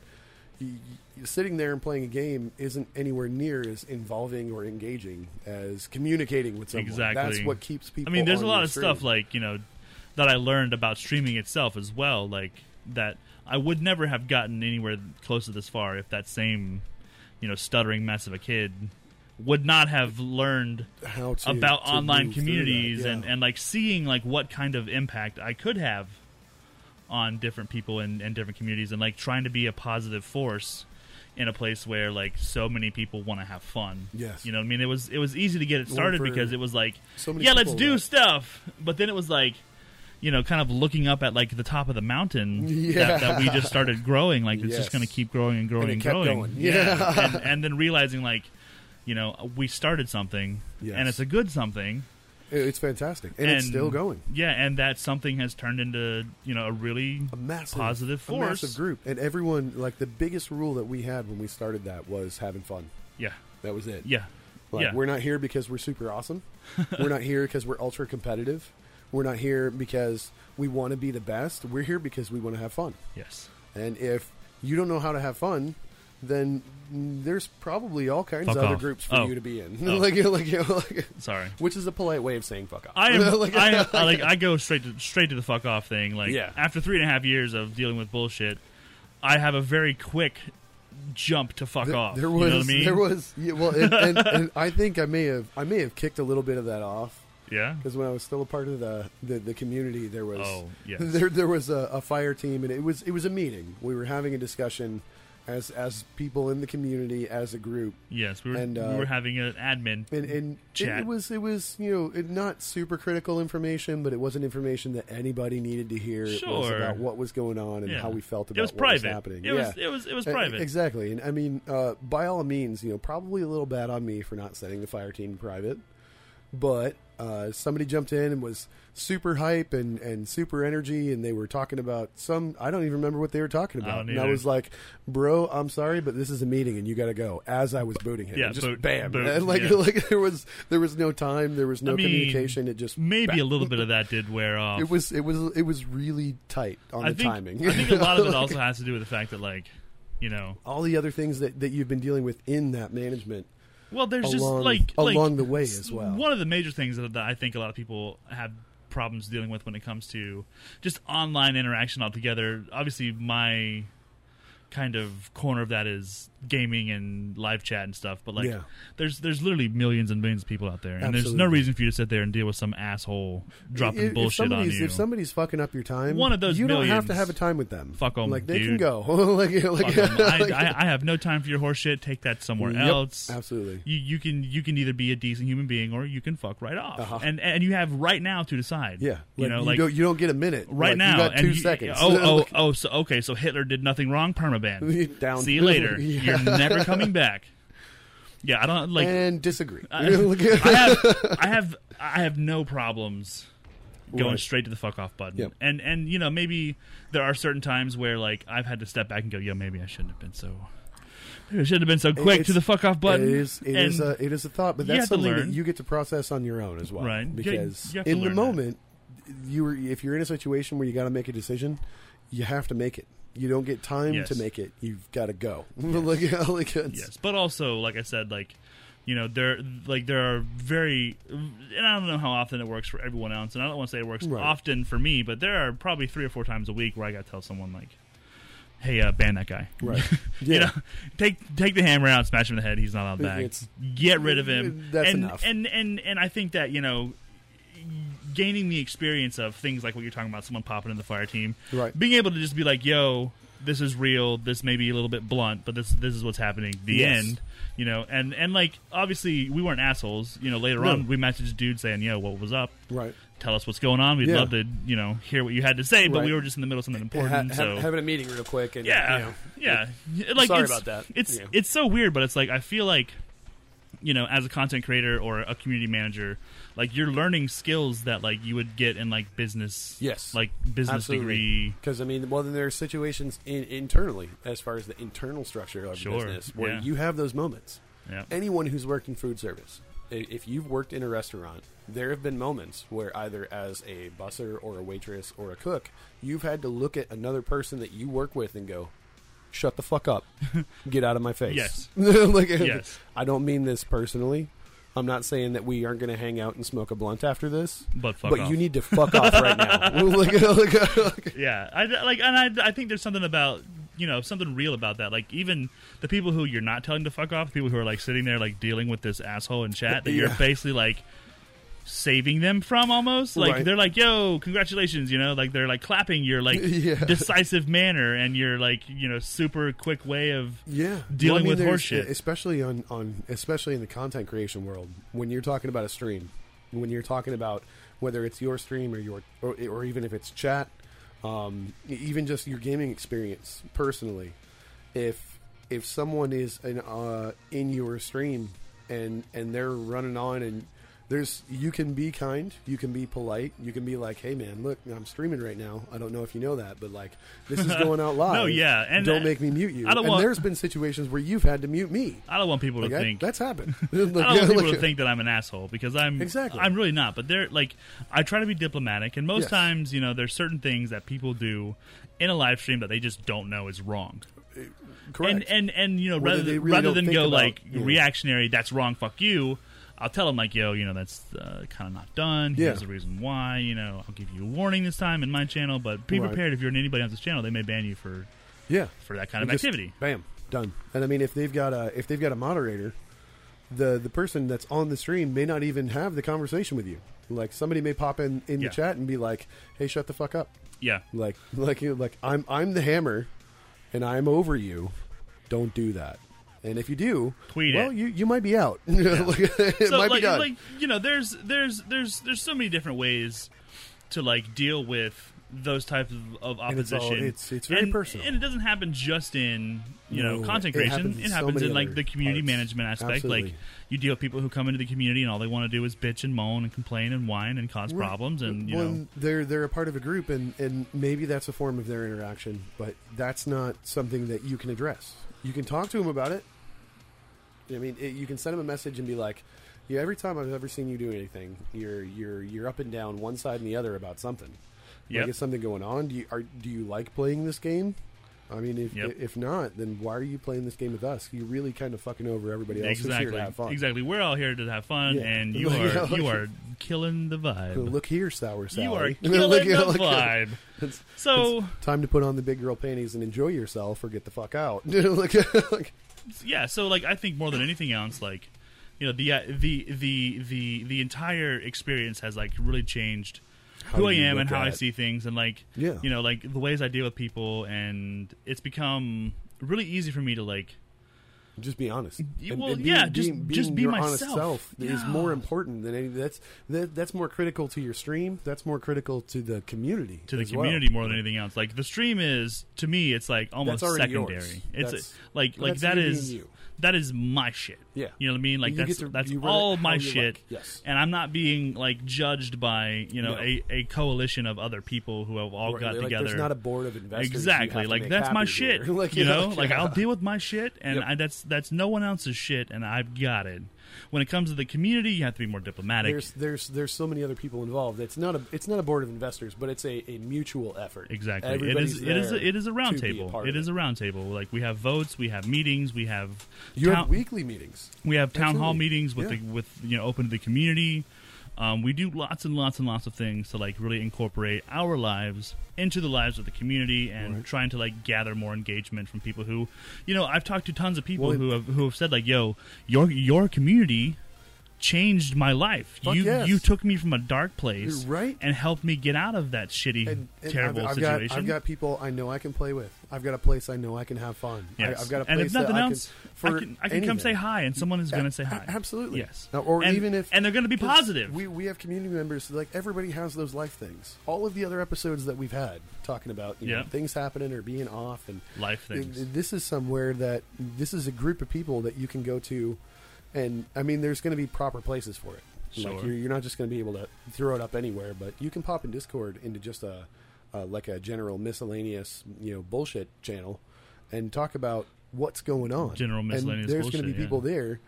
S2: you, you, sitting there and playing a game isn't anywhere near as involving or engaging as communicating with someone.
S1: Exactly.
S2: That's what keeps people.
S1: I mean, there's
S2: on
S1: a lot
S2: your
S1: of
S2: stream.
S1: stuff like you know that I learned about streaming itself as well. Like that, I would never have gotten anywhere close to this far if that same you know stuttering mess of a kid would not have learned
S2: how to,
S1: about
S2: to
S1: online
S2: move through
S1: communities
S2: that,
S1: and,
S2: yeah.
S1: and like seeing like what kind of impact I could have on different people and, and different communities and like trying to be a positive force in a place where like so many people want to have fun.
S2: Yes.
S1: You know what I mean? It was it was easy to get it
S2: Well,
S1: started
S2: for
S1: because it was like
S2: so many
S1: yeah, let's
S2: people
S1: do
S2: that-
S1: stuff. But then it was like you know, kind of looking up at like the top of the mountain
S2: Yeah.
S1: that, that we just started growing. Like it's
S2: Yes.
S1: just going to keep growing and growing
S2: And it
S1: and,
S2: kept
S1: growing.
S2: going.
S1: Yeah, and, and then realizing like, you know, we started something,
S2: Yes.
S1: and it's a good something.
S2: It- it's fantastic, and, it's still going.
S1: Yeah, and that something has turned into you know a really
S2: A massive
S1: positive
S2: a
S1: force.
S2: massive group, and everyone like the biggest rule that we had when we started that was having fun.
S1: Yeah,
S2: That was it.
S1: yeah,
S2: Like,
S1: yeah.
S2: We're not here because we're super awesome. we're not here because we're ultra competitive. We're not here because we want to be the best. We're here because we want to have fun.
S1: yes,
S2: And if you don't know how to have fun, then there's probably all kinds
S1: Fuck
S2: of other
S1: off.
S2: groups for
S1: Oh.
S2: you to be in.
S1: Oh.
S2: like, like, like,
S1: sorry.
S2: which is a polite way of saying fuck off.
S1: I am,
S2: Like-
S1: I am I, like I go straight to straight to the fuck off thing. Like
S2: Yeah.
S1: after three and a half years of dealing with bullshit, I have a very quick jump to fuck off.
S2: There
S1: you
S2: was,
S1: know what I mean?
S2: there was, yeah, well, and, and, and I think I may have, I may have kicked a little bit of that off
S1: yeah.
S2: because when I was still a part of the the, the community, there was,
S1: Oh, yes.
S2: there there was a, a fire team, and it was it was a meeting. We were having a discussion as as people in the community as a group,
S1: Yes, we were
S2: And, uh,
S1: we were having an admin.
S2: and and it,
S1: Chat.
S2: it was it was you know it, not super critical information, but it wasn't information that anybody needed to hear. It was
S1: Sure.
S2: about what was going on and
S1: yeah.
S2: how we felt about
S1: it was
S2: what
S1: private.
S2: was happening.
S1: It
S2: yeah.
S1: was it was it was
S2: Uh,
S1: private.
S2: Exactly. And I mean, uh, by all means, you know, probably a little bad on me for not sending the fire team private. but uh, somebody jumped in and was super hype and, and super energy, and they were talking about some. I don't even remember what they were talking about.
S1: don't
S2: and I
S1: either.
S2: was like, "Bro, I'm sorry, but this is a meeting, and you got to go." As I was booting him,
S1: Yeah,
S2: And just
S1: boot,
S2: bam,
S1: boot,
S2: And like
S1: yeah.
S2: like there was there was no time, there was no
S1: I mean,
S2: communication. It just
S1: Maybe
S2: bam.
S1: a little bit of that did wear off.
S2: It was it was it was really tight on
S1: I
S2: the
S1: think,
S2: timing.
S1: I think a lot of it also has to do with the fact that, like, you know,
S2: all the other things that, that you've been dealing with in that management.
S1: well, there's just
S2: Along-
S1: like like,
S2: along the way as well.
S1: One of the major things that, that I think a lot of people have problems dealing with when it comes to just online interaction altogether. Obviously, my kind of corner of that is gaming and live chat and stuff. But like,
S2: Yeah.
S1: there's there's literally millions and millions of people out there, and there's no
S2: Absolutely.
S1: reason for you to sit there and deal with some asshole dropping
S2: if, if
S1: bullshit on
S2: somebody's,
S1: you.
S2: If somebody's fucking up your time,
S1: One of those
S2: you don't have
S1: millions.
S2: to have a time with them.
S1: Fuck 'em,
S2: Like they can
S1: dude.
S2: go. like, like,
S1: Fuck 'em. I,
S2: like-
S1: I, I have no time for your horseshit. Take that somewhere
S2: Yep,
S1: else.
S2: absolutely.
S1: You, you can you can either be a decent human being or you can fuck right off.
S2: Uh-huh.
S1: And and you have right now to decide.
S2: Yeah,
S1: you know, like
S2: don't, you don't get a minute
S1: right
S2: Like,
S1: now.
S2: You got
S1: and
S2: two
S1: you-
S2: seconds.
S1: Oh oh oh. So okay. So Hitler did nothing wrong. Permaban.
S2: Down.
S1: See you later.
S2: Yeah.
S1: You're never coming back. Yeah, I don't like.
S2: and disagree.
S1: I, I have I have I have no problems going
S2: Right.
S1: straight to the fuck off button.
S2: Yep.
S1: And and you know maybe there are certain times where like I've had to step back and go, yo, maybe I shouldn't have been so maybe I shouldn't have been so quick to
S2: It's-
S1: the fuck off button.
S2: It is, it
S1: and
S2: is a it is a thought, but
S1: you have
S2: that's
S1: to
S2: something that
S1: learn.
S2: you get to process on your own as well,
S1: Right. You-
S2: Because
S1: you have to
S2: in the
S1: learn that.
S2: moment, you were if you're in a situation where you got to make a decision, you have to make it. You don't get time
S1: Yes.
S2: to make it. You've got to go. like, like it's-
S1: yes, but also like I said, like you know there like there are very and I don't know how often it works for everyone else, and I don't want to say it works
S2: Right.
S1: often for me, but there are probably three or four times a week where I got to tell someone like, hey, uh, ban that guy.
S2: right. Yeah.
S1: You know, take take the hammer out, smash him in the head. He's not out back.
S2: It's-
S1: Get rid of him.
S2: That's
S1: and,
S2: enough.
S1: And and and I think that you know, gaining the experience of things like what you're talking about, someone popping in the fire team,
S2: Right.
S1: Being able to just be like, "Yo, this is real. This may be a little bit blunt, but this this is what's happening." The
S2: Yes.
S1: end. You know, and and like obviously we weren't assholes. You know, later
S2: No.
S1: on we messaged dude saying, "Yo, what was up?
S2: Right.
S1: Tell us what's going on. We'd
S2: Yeah.
S1: love to you know hear what you had to say." But
S2: Right.
S1: we were just in the middle of something
S2: Ha-
S1: important.
S2: ha-
S1: so
S2: having a meeting real quick and
S1: yeah,
S2: you know,
S1: yeah. Yeah, Like,
S2: Sorry
S1: it's,
S2: about that.
S1: It's
S2: Yeah.
S1: it's so weird, but it's like I feel like you know, as a content creator or a community manager, like you're learning skills that like you would get in like business,
S2: Yes.
S1: like business degree.
S2: Because I mean, well, then there are situations in, internally, as far as the internal structure of
S1: Sure,
S2: the business, where
S1: yeah.
S2: you have those moments.
S1: Yeah,
S2: Anyone who's worked in food service, i- if you've worked in a restaurant, there have been moments where either as a busser or a waitress or a cook, you've had to look at another person that you work with and go, "Shut the fuck up, get out of my face."
S1: Yes.
S2: Like,
S1: Yes.
S2: I don't mean this personally. I'm not saying that we aren't going to hang out and smoke a blunt after this,
S1: but fuck
S2: but
S1: off.
S2: you need to fuck off right now. Like, like, like-
S1: yeah, I like, and I I think there's something about you know something real about that. Like even the people who you're not telling to fuck off, people who are like sitting there like dealing with this asshole in chat that
S2: Yeah.
S1: you're basically like saving them from almost like
S2: Right.
S1: they're like yo congratulations you know like they're like clapping your like
S2: Yeah.
S1: decisive manner and your like you know super quick way of
S2: Yeah,
S1: Dealing
S2: I mean,
S1: with
S2: there's- e,
S1: horseshit.
S2: especially on on especially in the content creation world. When you're talking about a stream, when you're talking about whether it's your stream or your or, or even if it's chat, um, even just your gaming experience personally, if if someone is in uh, in your stream and and they're running on and there's you can be kind, you can be polite, you can be like, "Hey man, look, I'm streaming right now. I don't know if you know that, but like this is going out live.
S1: No, yeah, and-
S2: don't make me mute you."
S1: I don't
S2: and
S1: want-
S2: there's been situations where you've had to mute me.
S1: I don't want people to
S2: Like, I-
S1: think
S2: that's happened.
S1: I don't want people to think that I'm an asshole because I'm
S2: Exactly.
S1: I'm really not. But they're like I try to be diplomatic, and most
S2: Yes.
S1: times, you know, there's certain things that people do in a live stream that they just don't know is wrong.
S2: correct.
S1: And and and you know,
S2: Whether
S1: rather
S2: they
S1: than,
S2: really
S1: rather
S2: don't
S1: than
S2: think
S1: go
S2: about-
S1: like
S2: yeah.
S1: reactionary, that's wrong, fuck you. I'll tell them like, yo, you know, that's uh, kind of not done.
S2: Yeah.
S1: Here's the reason why. You know, I'll give you a warning this time in my channel, but be
S2: Right.
S1: prepared if you're in anybody else's channel, they may ban you for
S2: yeah,
S1: for that kind of
S2: Just
S1: activity.
S2: Bam, done. And I mean, if they've got a if they've got a moderator, the the person that's on the stream may not even have the conversation with you. Like somebody may pop in in
S1: Yeah.
S2: the chat and be like, "Hey, shut the fuck up."
S1: Yeah.
S2: Like like you like I'm I'm the hammer, and I'm over you. Don't do that. And if you do,
S1: Tweet
S2: well,
S1: it.
S2: you you might be out. Like, it
S1: like,
S2: might be done.
S1: like you know, there's there's there's there's so many different ways to like deal with those types of, of
S2: And it's all-
S1: opposition.
S2: it's- it's very
S1: And-
S2: personal.
S1: and it doesn't happen just in you know
S2: No,
S1: content
S2: it
S1: creation.
S2: happens in
S1: It
S2: so
S1: happens
S2: many
S1: in like
S2: other
S1: the community
S2: parts.
S1: management aspect. Like
S2: Absolutely.
S1: you deal with people who come into the community and all they want to do is bitch and moan and complain and whine and cause problems and you
S2: Well,
S1: know
S2: they're they're a part of a group, and and maybe that's a form of their interaction, but that's not something that you can address. You can talk to them about it. I mean, it, you can send them a message and be like, "Yeah, every time I've ever seen you do anything, you're you're you're up and down one side and the other about something.
S1: Yep.
S2: Like, is something going on? Do you are do you like playing this game? I mean, if
S1: Yep.
S2: if not, then why are you playing this game with us? You're really kind of fucking over everybody else who's here
S1: exactly
S2: to have fun.
S1: exactly. We're all here to have fun,
S2: Yeah.
S1: and you
S2: Like,
S1: are
S2: yeah,
S1: you
S2: like-
S1: are killing the vibe.
S2: Look here, sour Sally.
S1: You are
S2: Look
S1: killing
S2: here,
S1: the
S2: look here.
S1: vibe.
S2: It's-
S1: So
S2: It's time to put on the big girl panties and enjoy yourself or get the fuck out. Look, look.
S1: yeah, so like I think more than anything else, like you know the uh, the the the the entire experience has like really changed
S2: How
S1: who I
S2: you
S1: am
S2: look
S1: and how I
S2: at-
S1: see things and like
S2: Yeah.
S1: you know like the ways I deal with people and it's become really easy for me to like
S2: Just be honest.
S1: Y- well, yeah, just- just be
S2: your
S1: myself.
S2: Honest self is
S1: Yeah.
S2: more important than any. That's that, that's more critical to your stream. That's more critical to the community.
S1: to the
S2: as well.
S1: community more than anything else. Like the stream is to me, it's like almost
S2: That's already
S1: secondary.
S2: yours.
S1: It's
S2: That's-
S1: like like
S2: that's
S1: that
S2: you being
S1: is
S2: you.
S1: that is my shit.
S2: Yeah.
S1: you know what I mean. Like
S2: You
S1: that's
S2: get to-
S1: that's
S2: you run it
S1: all
S2: how
S1: my
S2: you
S1: shit.
S2: like. Yes.
S1: and I'm not being like judged by you know
S2: No.
S1: a, a coalition of other people who have all
S2: Right,
S1: got
S2: like,
S1: together.
S2: There's not a board of investors. you have
S1: Exactly,
S2: to
S1: like
S2: make
S1: that's my
S2: happy
S1: shit.
S2: here.
S1: you know,
S2: yeah.
S1: like I'll deal with my shit, and
S2: Yep.
S1: I, that's that's no one else's shit, and I've got it. When it comes to the community, you have to be more diplomatic.
S2: There's there's there's so many other people involved. It's not a it's not a board of investors, but it's a, a mutual effort.
S1: Exactly. it
S2: Everybody's
S1: is. It is.
S2: there
S1: A, it is a round
S2: to be a
S1: table.
S2: part
S1: It
S2: of
S1: is a round table. Like we have votes. We have meetings. We have.
S2: You have
S1: town-
S2: weekly meetings.
S1: we have town hall
S2: Absolutely.
S1: meetings with
S2: Yeah.
S1: the, with you know open to the community. Um, we do lots and lots and lots of things to like really incorporate our lives into the lives of the community and trying to like gather more engagement from people who, you know, I've talked to tons of people
S2: Well,
S1: who have who have said like, "Yo, your your community." Changed my life.
S2: Fuck
S1: you
S2: yes.
S1: you took me from a dark place,
S2: You're right.
S1: and helped me get out of that shitty,
S2: And- and
S1: terrible
S2: I've, I've
S1: situation.
S2: Got, I've got people I know I can play with. I've got a place I know I can have fun.
S1: Yes.
S2: I, have got a place
S1: and if nothing
S2: that
S1: else,
S2: I can, for
S1: I can, I can come
S2: anything.
S1: say hi, and someone is going to say
S2: A-
S1: hi.
S2: Absolutely.
S1: Yes.
S2: Now, or
S1: And-
S2: even if
S1: and they're going to be
S2: 'cause
S1: positive.
S2: We we have community members like everybody has those life things. All of the other episodes that we've had talking about you
S1: Yeah.
S2: know, things happening or being off and
S1: Life things.
S2: th- This is somewhere that this is a group of people that you can go to, and I mean, there's going to be proper places for it.
S1: Sure.
S2: Like you're, you're not just going to be able to throw it up anywhere, but you can pop in Discord into just a uh, like a general miscellaneous you know bullshit channel, and talk about what's going on.
S1: General
S2: And
S1: miscellaneous
S2: there's gonna
S1: bullshit,
S2: be
S1: yeah.
S2: people there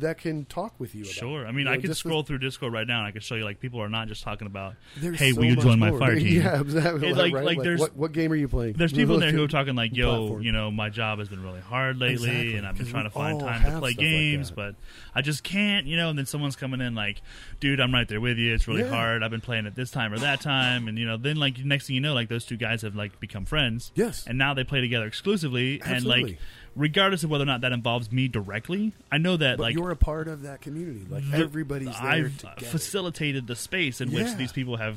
S2: that can talk with you. About
S1: Sure.
S2: it.
S1: I mean,
S2: You
S1: I
S2: know,
S1: could
S2: just
S1: scroll through Discord right now, and I could show you like people are not just talking about,
S2: there's
S1: "Hey,
S2: so
S1: will you
S2: much
S1: join my
S2: more.
S1: fire team?"
S2: Yeah, exactly.
S1: It's
S2: Like,
S1: like-
S2: right?
S1: like
S2: Like,
S1: there's-
S2: what, what game are you playing?
S1: There's people in there who are talking like, "Yo,
S2: platform.
S1: you know, my job has been really hard lately,
S2: Exactly,
S1: and I've been
S2: 'cause
S1: trying
S2: we
S1: to find
S2: all
S1: time to
S2: have
S1: play
S2: stuff like
S1: games,
S2: that.
S1: but I just can't," you know. And then someone's coming in like, "Dude, I'm right there with you. It's really
S2: Yeah.
S1: hard. I've been playing it this time or that time," and you know, then like next thing you know, like those two guys have like become friends.
S2: Yes.
S1: And now they play together exclusively, and like,
S2: Absolutely.
S1: regardless of whether or not that involves me directly, I know that
S2: But
S1: like
S2: you're a part of that community. Like
S1: the-
S2: everybody's there
S1: I've
S2: together.
S1: facilitated the space in which
S2: Yeah.
S1: these people have,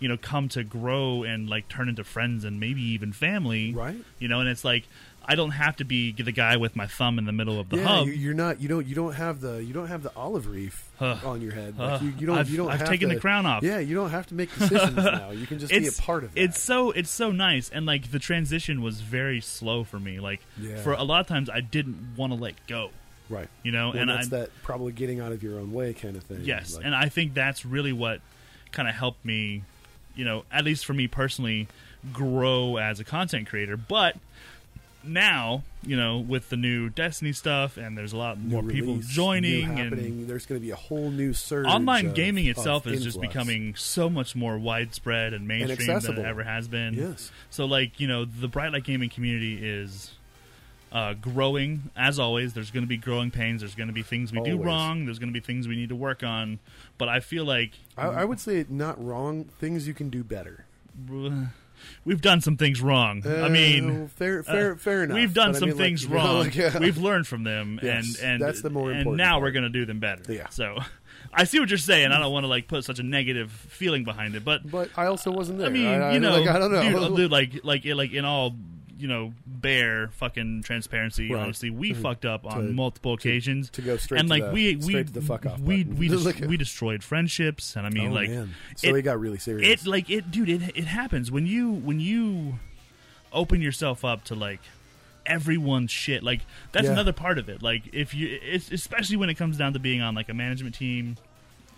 S1: you know, come to grow and like turn into friends and maybe even family.
S2: Right.
S1: You know, and it's like I don't have to be the guy with my thumb in the middle of the
S2: yeah,
S1: hub.
S2: You, you're not. You don't. You don't have the. You don't have the olive reef
S1: Ugh.
S2: on your head. Like,
S1: Ugh.
S2: you, you don't.
S1: I've-
S2: you don't.
S1: I've
S2: have
S1: taken
S2: to-
S1: the crown off.
S2: Yeah, you don't have to make decisions now. You can just be a part of it.
S1: It's so it's so nice, and like the transition was very slow for me. Like
S2: Yeah.
S1: for a lot of times, I didn't want to let go.
S2: right.
S1: You know,
S2: Well,
S1: and
S2: that's
S1: I,
S2: that probably getting out of your own way kind of thing.
S1: Yes,
S2: Like,
S1: and I think that's really what kind of helped me, you know, at least for me personally, grow as a content creator. But now, you know, with the new Destiny stuff, and there's a lot
S2: new
S1: more people
S2: release, new
S1: joining,
S2: happening.
S1: and
S2: there's going to be a whole new surge.
S1: online
S2: of-
S1: gaming
S2: uh, of
S1: itself is just
S2: influx.
S1: becoming so much more widespread and mainstream than it
S2: accessible.
S1: ever has been.
S2: Yes.
S1: So, like, you know, the Bright Light Gaming community is uh, growing. As always, there's going to be growing pains. There's going to be things we do
S2: Always.
S1: wrong. There's going to be things we need to work on. But I feel like
S2: I, I would say not wrong. Things you can do better.
S1: we've done some things wrong. I mean,
S2: Uh, fair, fair, fair enough.
S1: we've done
S2: But I
S1: some
S2: mean, like,
S1: things
S2: you know,
S1: wrong.
S2: like, yeah.
S1: We've learned from them,
S2: Yes,
S1: and and
S2: that's the more
S1: and
S2: important
S1: now
S2: part.
S1: we're going to do them better.
S2: Yeah.
S1: So, I see what you're saying. I don't want to like put such a negative feeling behind it, but
S2: But I also wasn't there.
S1: I mean,
S2: I,
S1: you know,
S2: like, I don't know.
S1: dude, uh, dude, like like it- like in all you know bare fucking transparency.
S2: Right. Mm-hmm.
S1: Honestly, we fucked up on
S2: To-
S1: multiple occasions
S2: to go straight
S1: and
S2: to
S1: like
S2: the-
S1: we we
S2: straight to the fuck off
S1: we
S2: button.
S1: we,
S2: Just
S1: des-
S2: like a-
S1: we destroyed friendships, and I mean
S2: oh,
S1: like
S2: man. So
S1: it-
S2: it got really serious.
S1: it like it dude it, it happens when you when you open yourself up to like everyone's shit like that's
S2: Yeah.
S1: another part of it like if you it's, especially when it comes down to being on like a management team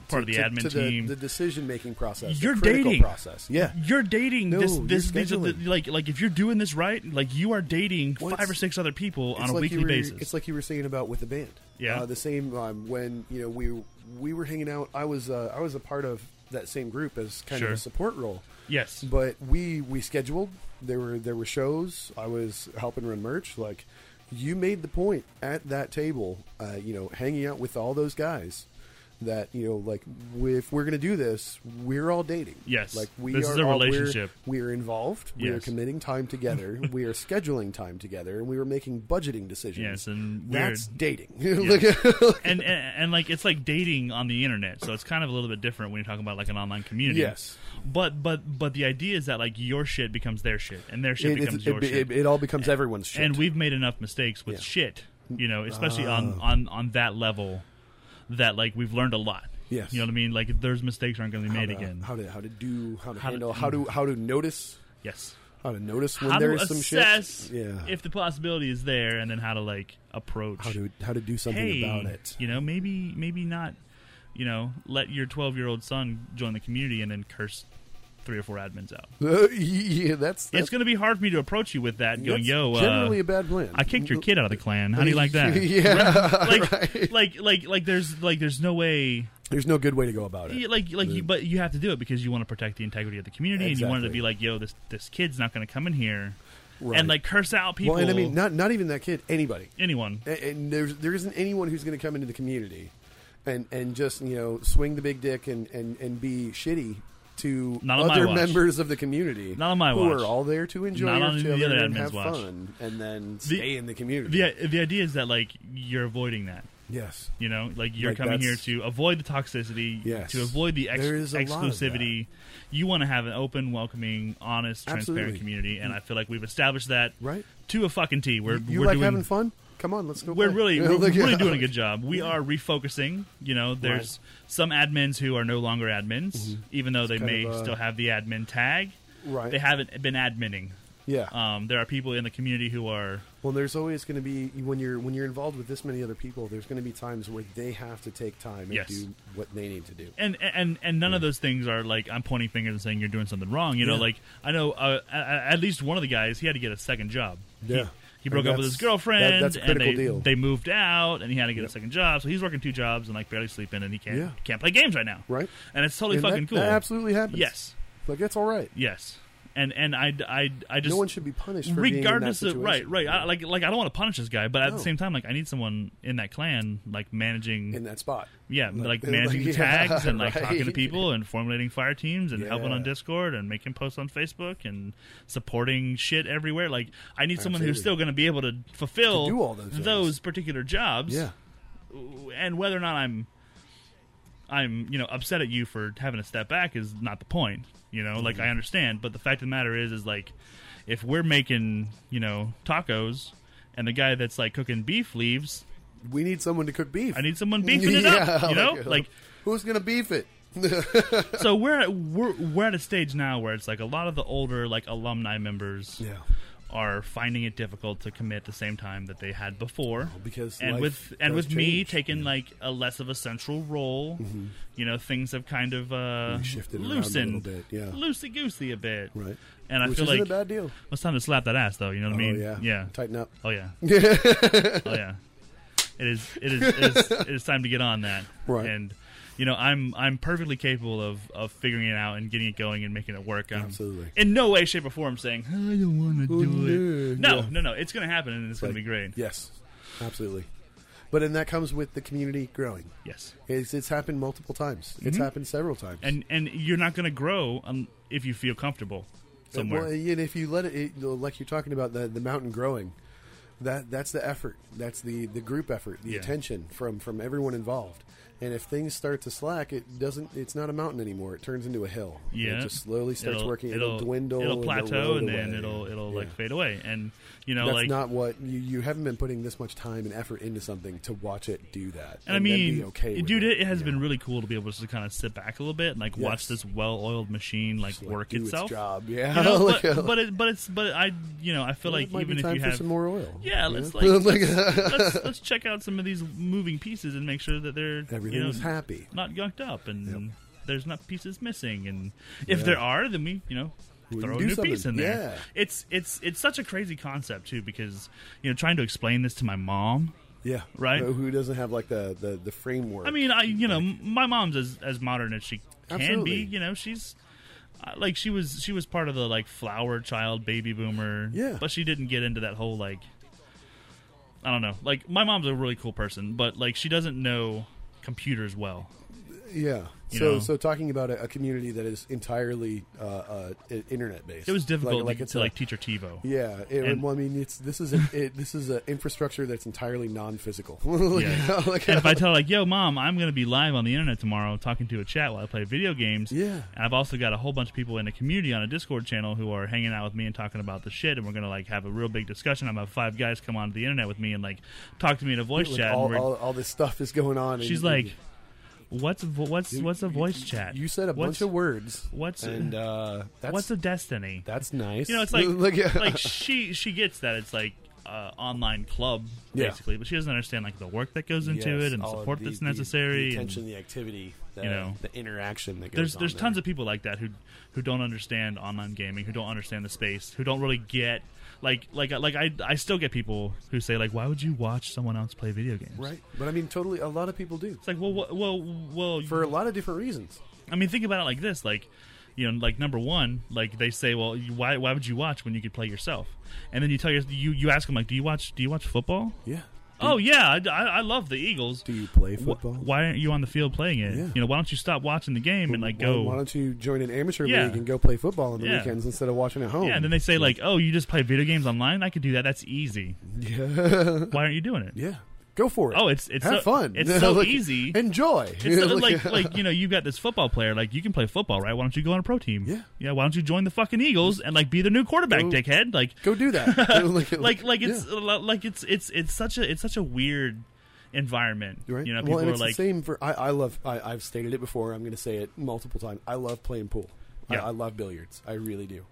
S1: part of the
S2: to,
S1: admin
S2: to
S1: team
S2: the, the decision making process,
S1: You're
S2: the critical
S1: dating.
S2: process. Yeah,
S1: you're dating
S2: No,
S1: this
S2: you're
S1: this these are the-
S2: scheduling.
S1: like like if you're doing this right like you are dating
S2: Well,
S1: five
S2: it's-
S1: or six other people on
S2: It's
S1: a
S2: like
S1: weekly
S2: you were,
S1: basis
S2: It's like you were saying about with the band.
S1: Yeah.
S2: Uh, the same um, when you know we we were hanging out. I was uh, I was a part of that same group as kind
S1: Sure.
S2: of a support role.
S1: yes
S2: But we we scheduled. There were there were shows. I was helping run merch. Like you made the point at that table. Uh, you know, hanging out with all those guys. That you know, like if we're gonna do this, we're all dating.
S1: Yes.
S2: like we
S1: This
S2: are
S1: is a
S2: all- we're-
S1: relationship.
S2: we are involved. We are
S1: Yes.
S2: committing time together. we are scheduling time together, and we are making budgeting decisions.
S1: Yes, and
S2: that's
S1: weird.
S2: dating.
S1: and, and and like it's like dating on the internet, so it's kind of a little bit different when you're talking about like an online community.
S2: Yes.
S1: but but but the idea is that like your shit becomes their shit, and their shit
S2: it,
S1: becomes
S2: it,
S1: your
S2: it,
S1: shit.
S2: it, it all becomes everyone's shit.
S1: And we've made enough mistakes with
S2: Yeah. Ah.
S1: shit, you know, especially on on on that level, that like we've learned a lot.
S2: Yes.
S1: you know what I mean. Like there's mistakes aren't going to be
S2: how
S1: made
S2: to,
S1: again.
S2: Uh, How to how to do how to
S1: How to-
S2: handle how to how to notice
S1: yes,
S2: how to notice when
S1: how
S2: there
S1: to
S2: is some
S1: assess
S2: shit. Yeah,
S1: if the possibility is there, and then how to like approach
S2: how to how to do something
S1: hey,
S2: about it.
S1: You know, maybe maybe not. You know, let your twelve year old son join the community and then curse three or four admins out.
S2: yeah, that's, that's
S1: it's going to be hard for me to approach you with that. Going,
S2: that's
S1: yo,
S2: generally
S1: uh,
S2: a bad plan.
S1: I kicked your kid out of the clan. How do you like that?
S2: yeah,
S1: like,
S2: right.
S1: like, like, like, there's like, there's no way.
S2: There's no good way to go about it.
S1: you- Like, like,
S2: Mm.
S1: you, but you have to do it because you want to protect the integrity of the community, and you want it to
S2: Exactly.
S1: be like, yo, this this kid's not going to come in here
S2: Right.
S1: and like curse out people.
S2: well, and I mean, not not even that kid. Anybody.
S1: anyone.
S2: and, and there's there isn't anyone who's going to come into the community and and just you know swing the big dick and and and be shitty to
S1: Not on my
S2: other
S1: watch.
S2: members of the community.
S1: Not on my
S2: who
S1: watch.
S2: are all there to enjoy
S1: Not on
S2: each
S1: the
S2: other
S1: other
S2: and
S1: admin's
S2: have
S1: watch.
S2: fun, and then stay in the community.
S1: The the idea is that like you're avoiding that.
S2: yes.
S1: You know, like you're
S2: Like,
S1: coming here
S2: that's-
S1: to avoid the toxicity,
S2: Yes.
S1: to avoid the ex-
S2: There is a lot of
S1: exclusivity. You want to have an open, welcoming, honest, transparent
S2: Absolutely.
S1: community, and I feel like we've established that
S2: Right.
S1: to a fucking T. We're
S2: You
S1: we're
S2: like
S1: doing
S2: having fun? Come on, let's go.
S1: we're
S2: play.
S1: really
S2: You know,
S1: we're
S2: like-
S1: really doing a good job. We are refocusing. You know, there's some admins who are no longer admins, even though they
S2: Mm-hmm. kind
S1: may
S2: of, uh,
S1: still have the admin tag.
S2: Right.
S1: They haven't been adminning.
S2: Yeah.
S1: Um, there are people in the community who are
S2: Well, there's always going to be when you're when you're involved with this many other people. There's going to be times where they have to take time and
S1: Yes.
S2: do what they need to do.
S1: and and and none of those things are like I'm pointing fingers and saying you're doing something wrong. You know,
S2: Yeah.
S1: like I know uh, a- a- at least one of the guys he had to get a second job. He-
S2: Yeah.
S1: He broke
S2: And
S1: up with his
S2: that's- that-
S1: girlfriend,
S2: that's a
S1: and
S2: critical
S1: they,
S2: deal.
S1: they moved out, and he had to get a second job. So he's working two jobs and like barely sleeping, and he can't
S2: Yeah.
S1: can't play games right now.
S2: Right.
S1: and it's totally
S2: And
S1: fucking
S2: that,
S1: cool.
S2: That absolutely happens.
S1: yes,
S2: like that's all right.
S1: yes, and and I I I just
S2: no one should be punished for
S1: regardless
S2: being
S1: of
S2: in that
S1: right
S2: situation.
S1: right I, like like I don't want to punish this guy, but at the
S2: No.
S1: same time like I need someone in that clan like managing
S2: in that spot.
S1: Yeah, like,
S2: Like-
S1: managing the
S2: like, yeah,
S1: tags and like talking to
S2: right.
S1: people and formulating fire teams and helping on
S2: Yeah.
S1: Discord and making posts on Facebook and supporting shit everywhere. Like I need someone who's
S2: Absolutely.
S1: still going to be able to fulfill
S2: To do all those things.
S1: particular jobs.
S2: Yeah,
S1: and whether or not I'm I'm you know upset at you for having to step back is not the point. You know, like
S2: Mm-hmm.
S1: I understand, but the fact of the matter is, is like if we're making you know tacos and the guy that's like cooking beef leaves,
S2: we need someone to cook beef. uh,
S1: I need someone beefing it up. You know, like
S2: who's gonna beef it?
S1: so we're at we're we're at a stage now where it's like a lot of the older like alumni members
S2: Yeah,
S1: are finding it difficult to commit the same time that they had before
S2: Oh, because
S1: and
S2: life
S1: with and
S2: does
S1: with me
S2: change. Mm-hmm.
S1: taking like a less of a central role you know things have kind of uh
S2: Really shifted around a little
S1: loosened
S2: bit, yeah.
S1: loosey goosey a bit
S2: right,
S1: and i
S2: which
S1: feel
S2: isn't
S1: like
S2: a bad deal.
S1: well, it's time to slap that ass though you know what i mean
S2: oh yeah,
S1: yeah
S2: Tighten up.
S1: oh yeah oh yeah it is it is it is, it is time to get on that
S2: Right.
S1: and you know i'm i'm perfectly capable of of figuring it out and getting it going and making it work I'm
S2: Absolutely.
S1: in no way shape or form saying i don't want to do it
S2: no.
S1: no
S2: Yeah.
S1: no no it's gonna happen and it's gonna be great
S2: Yes, absolutely. But and that comes with the community growing.
S1: yes
S2: It's, it's happened multiple times. It's happened several times.
S1: Mm-hmm. and and you're not gonna grow um, if you feel comfortable somewhere
S2: Uh, Well, and if you let it, it, like you're talking about the the mountain growing, that that's the effort. That's the the group effort, the
S1: Yeah.
S2: attention from from everyone involved. And if things start to slack, it doesn't. It's not a mountain anymore. It turns into a hill. And
S1: Yeah.
S2: it just slowly starts
S1: It'll-
S2: working. It'll, dwindle.
S1: It'll
S2: and
S1: plateau, and
S2: erode
S1: then
S2: away.
S1: it'll it'll
S2: Yeah.
S1: like fade away. And you know,
S2: That's
S1: like
S2: not what you, you haven't been putting this much time and effort into something to watch it do that.
S1: And I
S2: then
S1: mean,
S2: be okay, with
S1: dude, it, it has
S2: Yeah.
S1: been really cool to be able to kind of sit back a little bit and like watch
S2: Yes.
S1: this well-oiled machine like
S2: Like,
S1: work
S2: do its
S1: itself.
S2: job. Yeah,
S1: You know,
S2: Like, uh,
S1: but, but it, but it's but I you know I feel
S2: well,
S1: like
S2: it might
S1: even
S2: be
S1: if
S2: time
S1: you
S2: for
S1: have
S2: some more oil.
S1: yeah
S2: you
S1: let's
S2: know?
S1: like let's, let's, let's check out some of these moving pieces and make sure that they're you know,
S2: everything's happy.
S1: not gunked up and
S2: Yep.
S1: there's not pieces missing and if
S2: Yeah.
S1: there are then we you know
S2: We
S1: throw a
S2: can do
S1: new piece
S2: something.
S1: in there
S2: Yeah.
S1: it's it's it's such a crazy concept too because you know trying to explain this to my mom
S2: Yeah,
S1: Right?
S2: Who- Who doesn't have like the the, the framework?
S1: I mean, I you know, m- my mom's as as modern as she can
S2: Absolutely.
S1: be. You know, she's uh, like she was she was part of the like flower child baby boomer.
S2: Yeah.
S1: but she didn't get into that whole like I don't know. Like my mom's a really cool person, but like she doesn't know computers well.
S2: yeah.
S1: you
S2: So
S1: know.
S2: so talking about a, a community that is entirely uh, uh, internet based.
S1: It was difficult to- to
S2: a-
S1: like teach her TiVo.
S2: Yeah, it,
S1: And-
S2: well, I mean, it's this is a, it, this is an infrastructure that's entirely non-physical. Like,
S1: Yeah.
S2: like,
S1: And if I tell her, like, "Yo, mom, I'm going to be live on the internet tomorrow, talking to a chat while I play video games,"
S2: Yeah.
S1: and I've also got a whole bunch of people in the community on a Discord channel who are hanging out with me and talking about the shit, and we're going to like have a real big discussion. I'm gonna have five guys come onto the internet with me and like talk to me in a voice
S2: like,
S1: chat. and
S2: all,
S1: we're-
S2: all, all this stuff is going on. and-
S1: she's like, "What's a vo- what's what's a voice chat?
S2: you said a
S1: what's,
S2: bunch of words,
S1: what's
S2: and uh, that's
S1: what's a destiny?
S2: that's nice.
S1: you know, it's like
S2: yeah.
S1: like she she gets that it's like uh, online club
S2: Yeah. Oh,
S1: basically, but she doesn't understand like the work that goes into
S3: Yes,
S1: it and the
S3: all of
S1: support
S3: the-
S1: that's
S3: the-
S1: necessary.
S3: The
S1: and-
S3: attention, the activity, the,
S1: you know.
S3: the interaction that goes
S1: there's
S3: on.
S1: there's tons of people like that who who don't understand online gaming, who don't understand the space, who don't really get like like like I I still get people who say like why would you watch someone else play video games?
S2: right, but I mean, totally. A lot of people do
S1: It's like well well well, well
S2: for a lot of different reasons.
S1: I mean think about it like this like you know like number one like they say well you- why why would you watch when you could play yourself and then you tell your you you ask them like do you watch do you watch football
S2: Yeah.
S1: oh yeah I, I, I love the Eagles
S2: Do you play
S1: Wh-
S2: football?
S1: why aren't you on the field playing it
S2: Yeah.
S1: you know why don't you stop watching the game and like
S2: Why-
S1: go
S2: Why don't you join an amateur
S1: Yeah.
S2: league and go play football on the
S1: Yeah.
S2: weekends instead of watching at home?
S1: Yeah, and then they say like, "Oh, you just play video games online? I could do that. That's easy.
S2: yeah,
S1: Why aren't you doing it?"
S2: yeah. Go for it.
S1: Oh, it's it's so,
S2: have fun.
S1: It's so
S2: Like,
S1: easy.
S2: Enjoy.
S1: It's so-
S2: Like,
S1: like like you know, you got this football player. Like you can play football, right? Why don't you go on a pro team?
S2: Yeah.
S1: yeah. Why don't you join the fucking Eagles and like be their new quarterback,
S2: Go-
S1: dickhead? Like
S2: go do that. like,
S1: like like it's uh,
S2: yeah.
S1: like it's it's it's such a it's such a weird environment.
S2: Right.
S1: You know,
S2: well,
S1: people
S2: and
S1: are
S2: it's
S1: like,
S2: the same for. I, I love. I, I've stated it before. I'm going to say it multiple times. I love playing pool. I-
S1: Yeah.
S2: I, love billiards. I really do.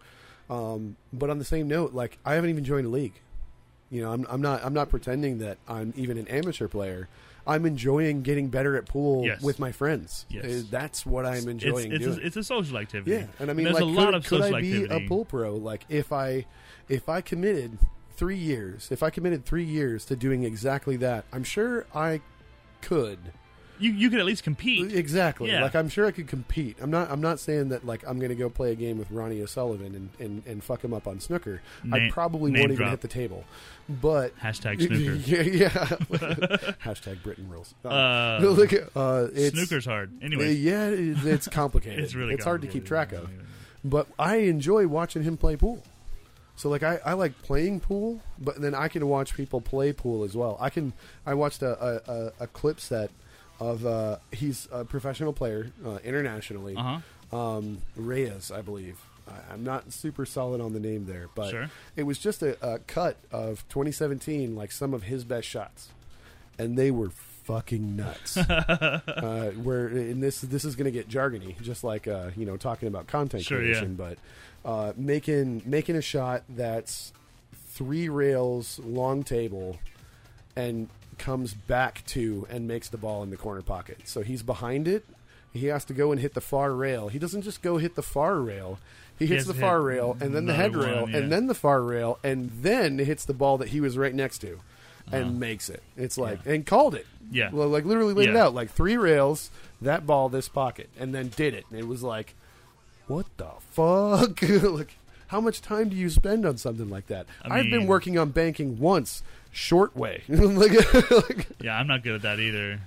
S2: Um, but on the same note, like I haven't even joined a league. You know, I'm, I'm not. I'm not pretending that I'm even an amateur player. I'm enjoying getting better at pool
S1: Yes.
S2: with my friends.
S1: Yes.
S2: Uh, That's what I'm
S1: it's
S2: enjoying
S1: it's
S2: doing.
S1: a, it's a social activity.
S2: Yeah, and I mean,
S1: there's
S2: like,
S1: a lot
S2: could,
S1: of
S2: could
S1: social
S2: I be
S1: activity.
S2: a pool pro? Like, if I if I committed three years, if I committed three years to doing exactly that, I'm sure I could
S1: you you could at least compete.
S2: exactly.
S1: Yeah.
S2: Like, I'm sure I could compete. I'm not. I'm not saying that like I'm going to go play a game with Ronnie O'Sullivan and and, and fuck him up on snooker. I
S1: Name-
S2: probably
S1: name
S2: won't even
S1: drop.
S2: hit the table, but.
S1: Hashtag snooker.
S2: yeah, yeah. Hashtag Britain rules.
S1: Uh,
S2: look, uh, it's,
S1: Snooker's hard. Anyway,
S2: Uh, yeah, it- it's complicated.
S1: It's really
S2: it's hard to keep track
S1: complicated.
S2: of. But I enjoy watching him play pool. So like I, I like playing pool, but then I can watch people play pool as well. I can I watched a a, a, a clip set of uh, he's a professional player uh, internationally.
S1: Uh huh.
S2: Um, Reyes, I believe. I, I'm not super solid on the name there, but
S1: Sure.
S2: it was just a, a cut of 2017, like some of his best shots, and they were fucking nuts. uh, where and this this is going to get jargony, just like uh, you know talking about content
S1: Sure, yeah.
S2: creation, but uh, making making a shot that's three rails long table and comes back to and makes the ball in the corner pocket. So he's behind it. He has to go and hit the far rail. He doesn't just go hit the far rail. He
S1: He has
S2: hits the
S1: to
S2: far
S1: hit
S2: rail and then the head
S1: another
S2: rail
S1: one, yeah.
S2: and then the far rail and then hits the ball that he was right next to and makes it. It's like and called it.
S1: Uh-huh. Yeah.
S2: Well, like literally laid it
S1: Yeah.
S2: out like three rails, that ball this pocket and then did it. And it was like what the fuck? like, how much time do you spend on something like that?
S1: I
S2: I've been
S1: mean-
S2: working on banking once, short way. like, like,
S1: Yeah, I'm not good at that either.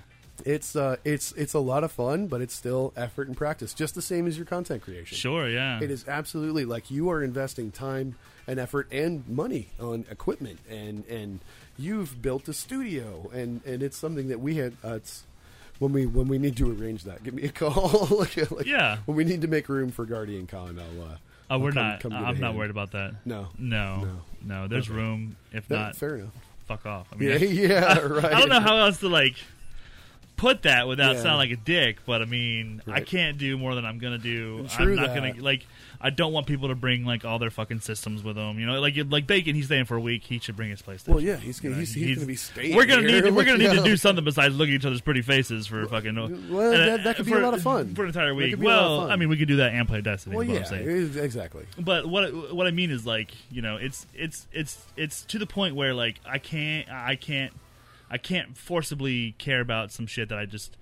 S2: it's uh, it's it's a lot of fun, but it's still effort and practice, just the same as your content creation.
S1: Sure, yeah.
S2: It is absolutely like you are investing time and effort and money on equipment, and and you've built a studio, and and it's something that we had. Uh, it's when we when we need to arrange that, give me a call. Like- like,
S1: Yeah.
S2: When we need to make room for Guardian Con, I'll. Uh,
S1: Oh,
S2: I'll
S1: we're
S2: come-
S1: not.
S2: come get a
S1: I'm not
S2: hand.
S1: worried about that.
S2: No.
S1: No, no,
S2: No.
S1: there's room. If
S2: No,
S1: not,
S2: fair enough.
S1: fuck off. I mean,
S2: Yeah,
S1: I-
S2: yeah, right.
S1: I don't know how else to like put that without
S2: Yeah.
S1: sounding like a dick, but I mean, I
S2: Right.
S1: can't do more than I'm gonna do.
S2: True
S1: I'm not
S2: that.
S1: gonna like. I don't want people to bring like all their fucking systems with them. You know, like like Bacon, he's staying for a week. He should bring his PlayStation.
S2: Well, yeah, he's gonna-
S1: You know,
S2: he's- he's gonna be staying
S1: We're gonna
S2: here.
S1: need we're
S2: Like,
S1: gonna need to
S2: yeah.
S1: do something besides look at each other's pretty faces for fucking.
S2: Well,
S1: and, uh,
S2: that- that could be a
S1: for-
S2: lot of fun.
S1: for an entire
S2: That
S1: week.
S2: could be a lot of
S1: Well,
S2: fun.
S1: I mean, we could do that and play Destiny.
S2: Well,
S1: is what
S2: yeah,
S1: I'm saying.
S2: it is- exactly.
S1: But what what I mean is like you know it's it's it's it's to the point where like I can't I can't I can't forcibly care about some shit that I just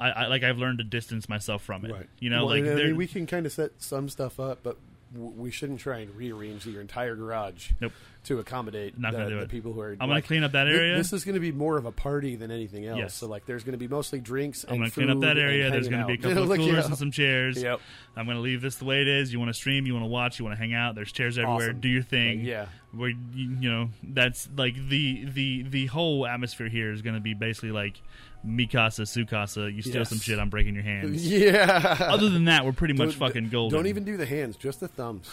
S1: I, I like I've learned to distance myself from it.
S2: Right.
S1: You know,
S2: Well,
S1: like
S2: and I mean,
S1: there-
S2: we can kind of set some stuff up, but w- we shouldn't try and rearrange your entire garage
S1: Nope.
S2: to accommodate
S1: Not
S2: the,
S1: gonna do
S2: the
S1: it.
S2: people who are.
S1: I'm gonna clean up that
S2: Thi-
S1: area.
S2: This, is going to be more of a party than anything else.
S1: Yes.
S2: So like, there's going to be mostly drinks.
S1: I'm
S2: going
S1: gonna
S2: to
S1: clean up that area. There's gonna be a couple of coolers and some chairs.
S2: Yep.
S1: I'm gonna leave this the way it is. You want to stream? You want to watch? You want to hang out? There's chairs everywhere.
S2: Awesome.
S1: Do your thing.
S2: Like, yeah.
S1: Where you, you know that's like the the the whole atmosphere here is gonna be basically like Mikasa Sukasa. You steal
S2: Yes.
S1: some shit, I'm breaking your hands.
S2: Yeah.
S1: Other than that, we're pretty much
S2: Don't-
S1: fucking golden.
S2: Don't even do the hands, just the thumbs.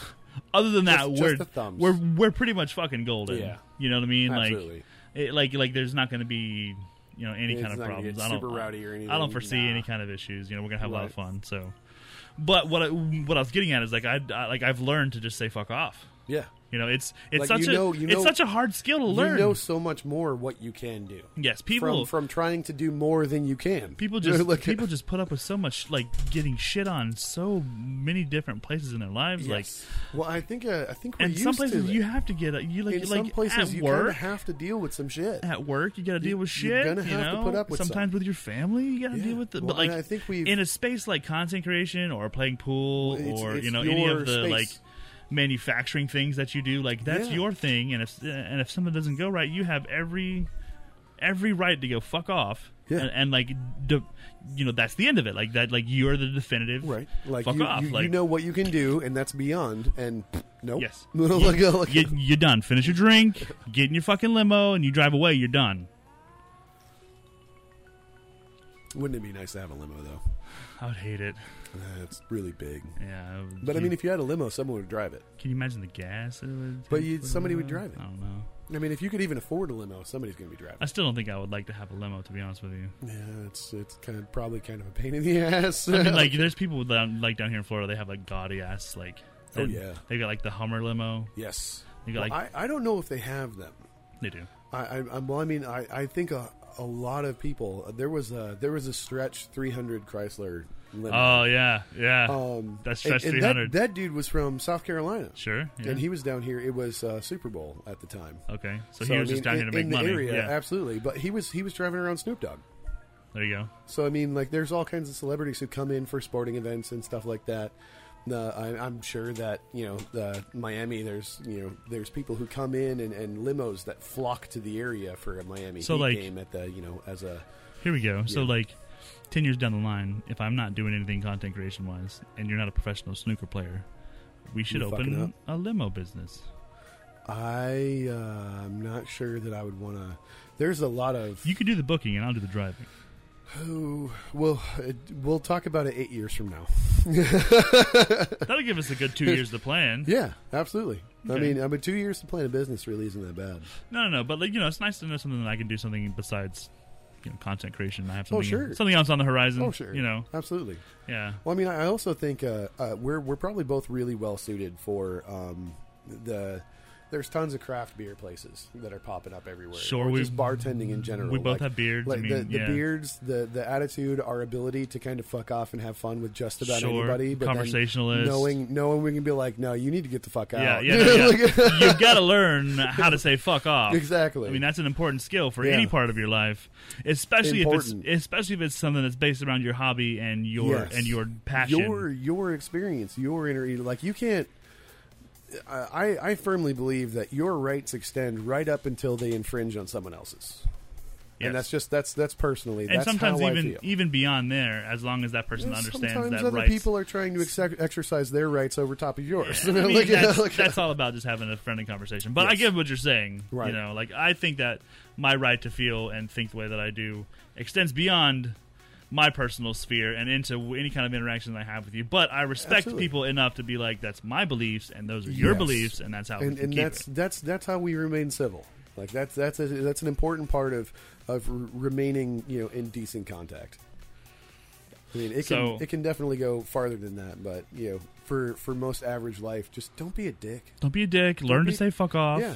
S1: Other than that,
S2: just- just
S1: we're
S2: the thumbs.
S1: we're we're pretty much fucking golden.
S2: Yeah.
S1: You know what I mean?
S2: Absolutely.
S1: Like, it, like like there's not going to be you know any
S2: It's
S1: kind of
S2: not gonna
S1: problems.
S2: get
S1: I don't
S2: super rowdy or
S1: I don't
S2: anything.
S1: foresee
S2: Nah.
S1: any kind of issues. You know, we're gonna have a lot of
S2: Right.
S1: fun. So, but what I, what I was getting at is like I, I like I've learned to just say fuck off.
S2: Yeah.
S1: You know, it's it's
S2: Like,
S1: such
S2: you
S1: a
S2: know- you
S1: it's
S2: know-
S1: such a hard skill to learn.
S2: You know so much more what you can do.
S1: yes, people
S2: from from trying to do more than you can.
S1: people just
S2: Look at-
S1: people just put up with so much like getting shit on so many different places in their lives. Like
S2: Yes. well, I think uh, I think we're
S1: and
S2: used
S1: some places
S2: to it.
S1: you have to get a, you like
S2: in
S1: like
S2: some places
S1: at
S2: you kind of
S1: work
S2: have to deal with some shit.
S1: at work you got to deal with shit.
S2: you're gonna
S1: you
S2: have to
S1: know?
S2: put up with
S1: sometimes
S2: some.
S1: with your family you got to
S2: Yeah.
S1: deal with it.
S2: Well,
S1: but like
S2: and I think we've-
S1: in a space like content creation or playing pool
S2: Well, it's-
S1: or
S2: it's
S1: you know any
S2: your
S1: of the
S2: space.
S1: like manufacturing things that you do like that's
S2: Yeah.
S1: your thing and if and if something doesn't go right you have every every right to go fuck off.
S2: Yeah.
S1: And, and like, de- you know, that's the end of it. Like that. Like you're the definitive.
S2: Right, like
S1: fuck
S2: you,
S1: off.
S2: you,
S1: like
S2: you know what you can do, and that's beyond. And nope.
S1: Yes.
S2: Look, look.
S1: you, you're done. Finish your drink, get in your fucking limo, and you drive away. You're done.
S2: Wouldn't it be nice to have a limo though?
S1: I would hate it.
S2: Uh, it's really big.
S1: Yeah.
S2: But I
S1: can-
S2: mean, if you had a limo, someone would drive it.
S1: can you imagine the gas? It would
S2: But
S1: take
S2: you'd-
S1: for
S2: somebody
S1: that?
S2: would drive it.
S1: I don't know.
S2: I mean, if you could even afford a limo, somebody's going to be driving.
S1: I still don't think I would like to have a limo. To be honest with you,
S2: Yeah, it's it's kind of probably kind of a pain in the ass.
S1: I mean, like there's people down, like down here in Florida. They have like gaudy ass like.
S2: Oh,
S1: they-
S2: yeah.
S1: They got like the Hummer limo.
S2: yes,
S1: They got like
S2: Well, I I don't know if they have them.
S1: they do.
S2: I, I, I well, I mean, I, I think a, a lot of people. There was a there was a stretch 300 Chrysler limo.
S1: Oh yeah, yeah.
S2: um,
S1: That's stretch
S2: and- and
S1: 300.
S2: That, that dude was from South Carolina,
S1: sure. Yeah.
S2: and he was down here. It was uh, Super Bowl at the time.
S1: okay, so,
S2: So,
S1: he
S2: I
S1: was
S2: mean,
S1: just down here
S2: in-
S1: to make
S2: in
S1: money.
S2: The area,
S1: yeah.
S2: Absolutely, but he was he was driving around Snoop Dogg.
S1: There you go.
S2: So I mean, like, there's all kinds of celebrities who come in for sporting events and stuff like that. Uh, I, I'm sure that you know the Miami. There's you know there's people who come in and, and limos that flock to the area for a Miami
S1: So,
S2: Heat
S1: like-
S2: game at the you know as a
S1: Here we go. So
S2: Yeah.
S1: like ten years down the line, if I'm not doing anything content creation wise, and you're not a professional snooker player, we should
S2: You fucking
S1: open a limo business.
S2: I uh, I'm not sure that I would want to. There's a lot of
S1: You could do the booking, and I'll do the driving.
S2: oh, well it, we'll talk about it eight years from now.
S1: That'll give us a good two years to plan.
S2: Yeah, absolutely. I
S1: Okay.
S2: mean, I mean, two years to plan a business really isn't that bad.
S1: No, no, no. But like you know, it's nice to know something that I can do something besides you know content creation. I have something,
S2: Oh, sure.
S1: something else on the horizon.
S2: Oh sure,
S1: You know,
S2: absolutely.
S1: yeah.
S2: Well, I mean, I also think uh, uh, we're we're probably both really well suited for um, the. There's tons of craft beer places that are popping up everywhere.
S1: Sure,
S2: or
S1: we-
S2: just bartending in general.
S1: we both have beards,
S2: Like
S1: I
S2: the,
S1: mean,
S2: the
S1: yeah.
S2: beards, the the attitude, our ability to kind of fuck off and have fun with just about
S1: Sure,
S2: anybody. But then
S1: conversationalist.
S2: knowing knowing we can be like, no, you need to get the fuck
S1: Yeah,
S2: out.
S1: yeah, no,
S2: Like,
S1: yeah. You've got to learn how to say "fuck off."
S2: Exactly.
S1: I mean, that's an important skill for
S2: Yeah.
S1: any part of your life, especially if
S2: Important.
S1: it's especially if it's something that's based around your hobby and your
S2: Yes.
S1: and your passion.
S2: your your experience, your inner like you can't. I I firmly believe that your rights extend right up until they infringe on someone else's,
S1: Yes.
S2: and that's just that's that's personally.
S1: And
S2: that's
S1: sometimes
S2: how
S1: even
S2: I feel.
S1: even beyond there, as long as that person
S2: And
S1: understands
S2: sometimes
S1: that
S2: other
S1: rights.
S2: people are trying to ex- exercise their rights over top of yours.
S1: I mean,
S2: Like,
S1: that's,
S2: like-
S1: that's all about just having a friendly conversation. But I
S2: Yes.
S1: get what you're saying. You
S2: Right.
S1: know, like I think that my right to feel and think the way that I do extends beyond my personal sphere and into any kind of interactions I have with you. But I respect
S2: Absolutely.
S1: people enough to be like, that's my beliefs and those are your
S2: Yes.
S1: beliefs, and that's how we
S2: and,
S1: can
S2: and
S1: keep
S2: that's
S1: it.
S2: that's that's how we remain civil. Like that's that's a, that's an important part of of r- remaining you know in decent contact. I mean, it can
S1: So-
S2: it can definitely go farther than that, but you know, for for most average life, just don't be a dick.
S1: Don't be a dick. Learn
S2: be-
S1: to say fuck off.
S2: Yeah,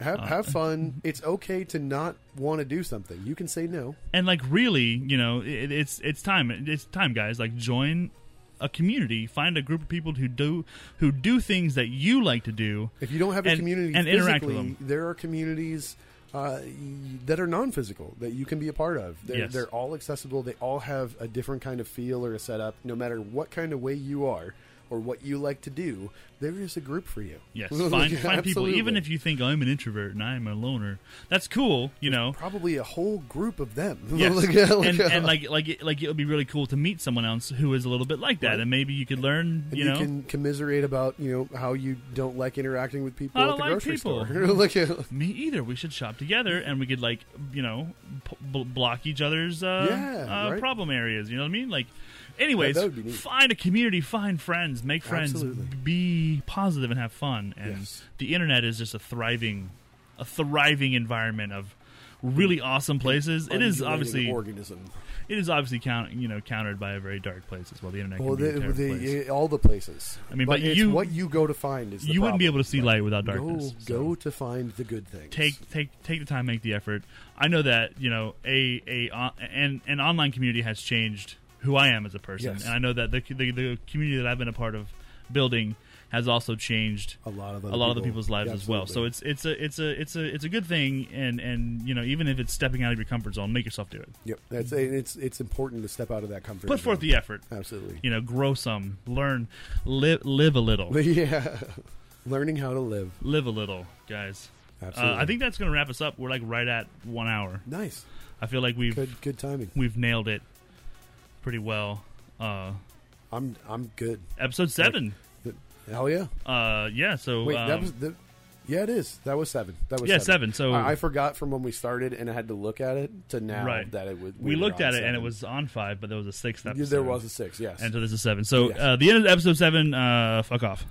S2: have
S1: Uh,
S2: have fun. It's okay to not want to do something. You can say no.
S1: and like really you know it, it's it's time it's time guys like join a community find a group of people who do who do things that you like to do
S2: If you don't have a
S1: And-
S2: community
S1: and
S2: physically,
S1: interact with them.
S2: there are communities uh, y- that are non-physical that you can be a part of. They're,
S1: Yes.
S2: they're all accessible. They all have a different kind of feel or a setup. No matter what kind of way you are or what you like to do, there is a group for you.
S1: yes find, find people even if you think i'm an introvert and i'm a loner that's cool you know
S2: probably a whole group of them.
S1: Yes.
S2: Like, uh, like,
S1: and,
S2: uh,
S1: and like like it, like it would be really cool to meet someone else who is a little bit like that
S2: Right.
S1: and maybe you could learn
S2: and
S1: you know
S2: can commiserate about you know how you don't like interacting with people
S1: I
S2: at
S1: don't
S2: the
S1: like
S2: grocery
S1: people.
S2: store. like, uh,
S1: me either we should shop together and we could like you know p- b- block each other's uh,
S2: Yeah,
S1: uh,
S2: right.
S1: problem areas you know what i mean like anyways
S2: that would be neat.
S1: find a community find friends make friends
S2: Absolutely.
S1: be positive and have fun and
S2: Yes.
S1: the internet is just a thriving a thriving environment of really awesome places it is
S2: undulating
S1: obviously
S2: organism.
S1: it is obviously count, you know countered by a very dark place as well the internet
S2: Well,
S1: can be a
S2: the,
S1: terrible place.
S2: the, all the places.
S1: I mean, but
S2: it's
S1: you-
S2: what you go to find is the
S1: you wouldn't be able
S2: problem.
S1: to see light without darkness
S2: Go,
S1: so.
S2: go to find the good things.
S1: take take take the time, make the effort. I know that you know a a on- an an online community has changed who I am as a person,
S2: Yes.
S1: and I know that the, the the community that I've been a part of building has also changed
S2: a lot of
S1: a lot of the people's lives as well. So it's it's a it's a it's a it's a good thing, and and you know even if it's stepping out of your comfort zone, make yourself do it.
S2: yep. That's and it's it's important to step out of that comfort.
S1: Put forth the effort.
S2: absolutely.
S1: You know, grow some, learn, live live a little,
S2: Yeah, learning how to live.
S1: live a little, guys. Uh,
S2: Absolutely.
S1: I think that's going to wrap us up. We're like right at one hour.
S2: nice.
S1: I feel like we've
S2: Good good timing.
S1: we've nailed it pretty well. Uh,
S2: I'm I'm good.
S1: episode seven.
S2: Th- Hell yeah.
S1: Uh, yeah. So
S2: Wait, that
S1: um,
S2: was the. Yeah, it is. That was seven. That was
S1: Yeah, seven,
S2: seven.
S1: so-
S2: I, I forgot from when we started, and I had to look at it to now
S1: Right.
S2: that it would.
S1: we, looked at it and it
S2: was.
S1: was on five, but there was a sixth
S2: Yeah,
S1: episode.
S2: There was a six, yes.
S1: and so this is seven. So
S2: Yes.
S1: uh, the end of episode seven. Uh, fuck off.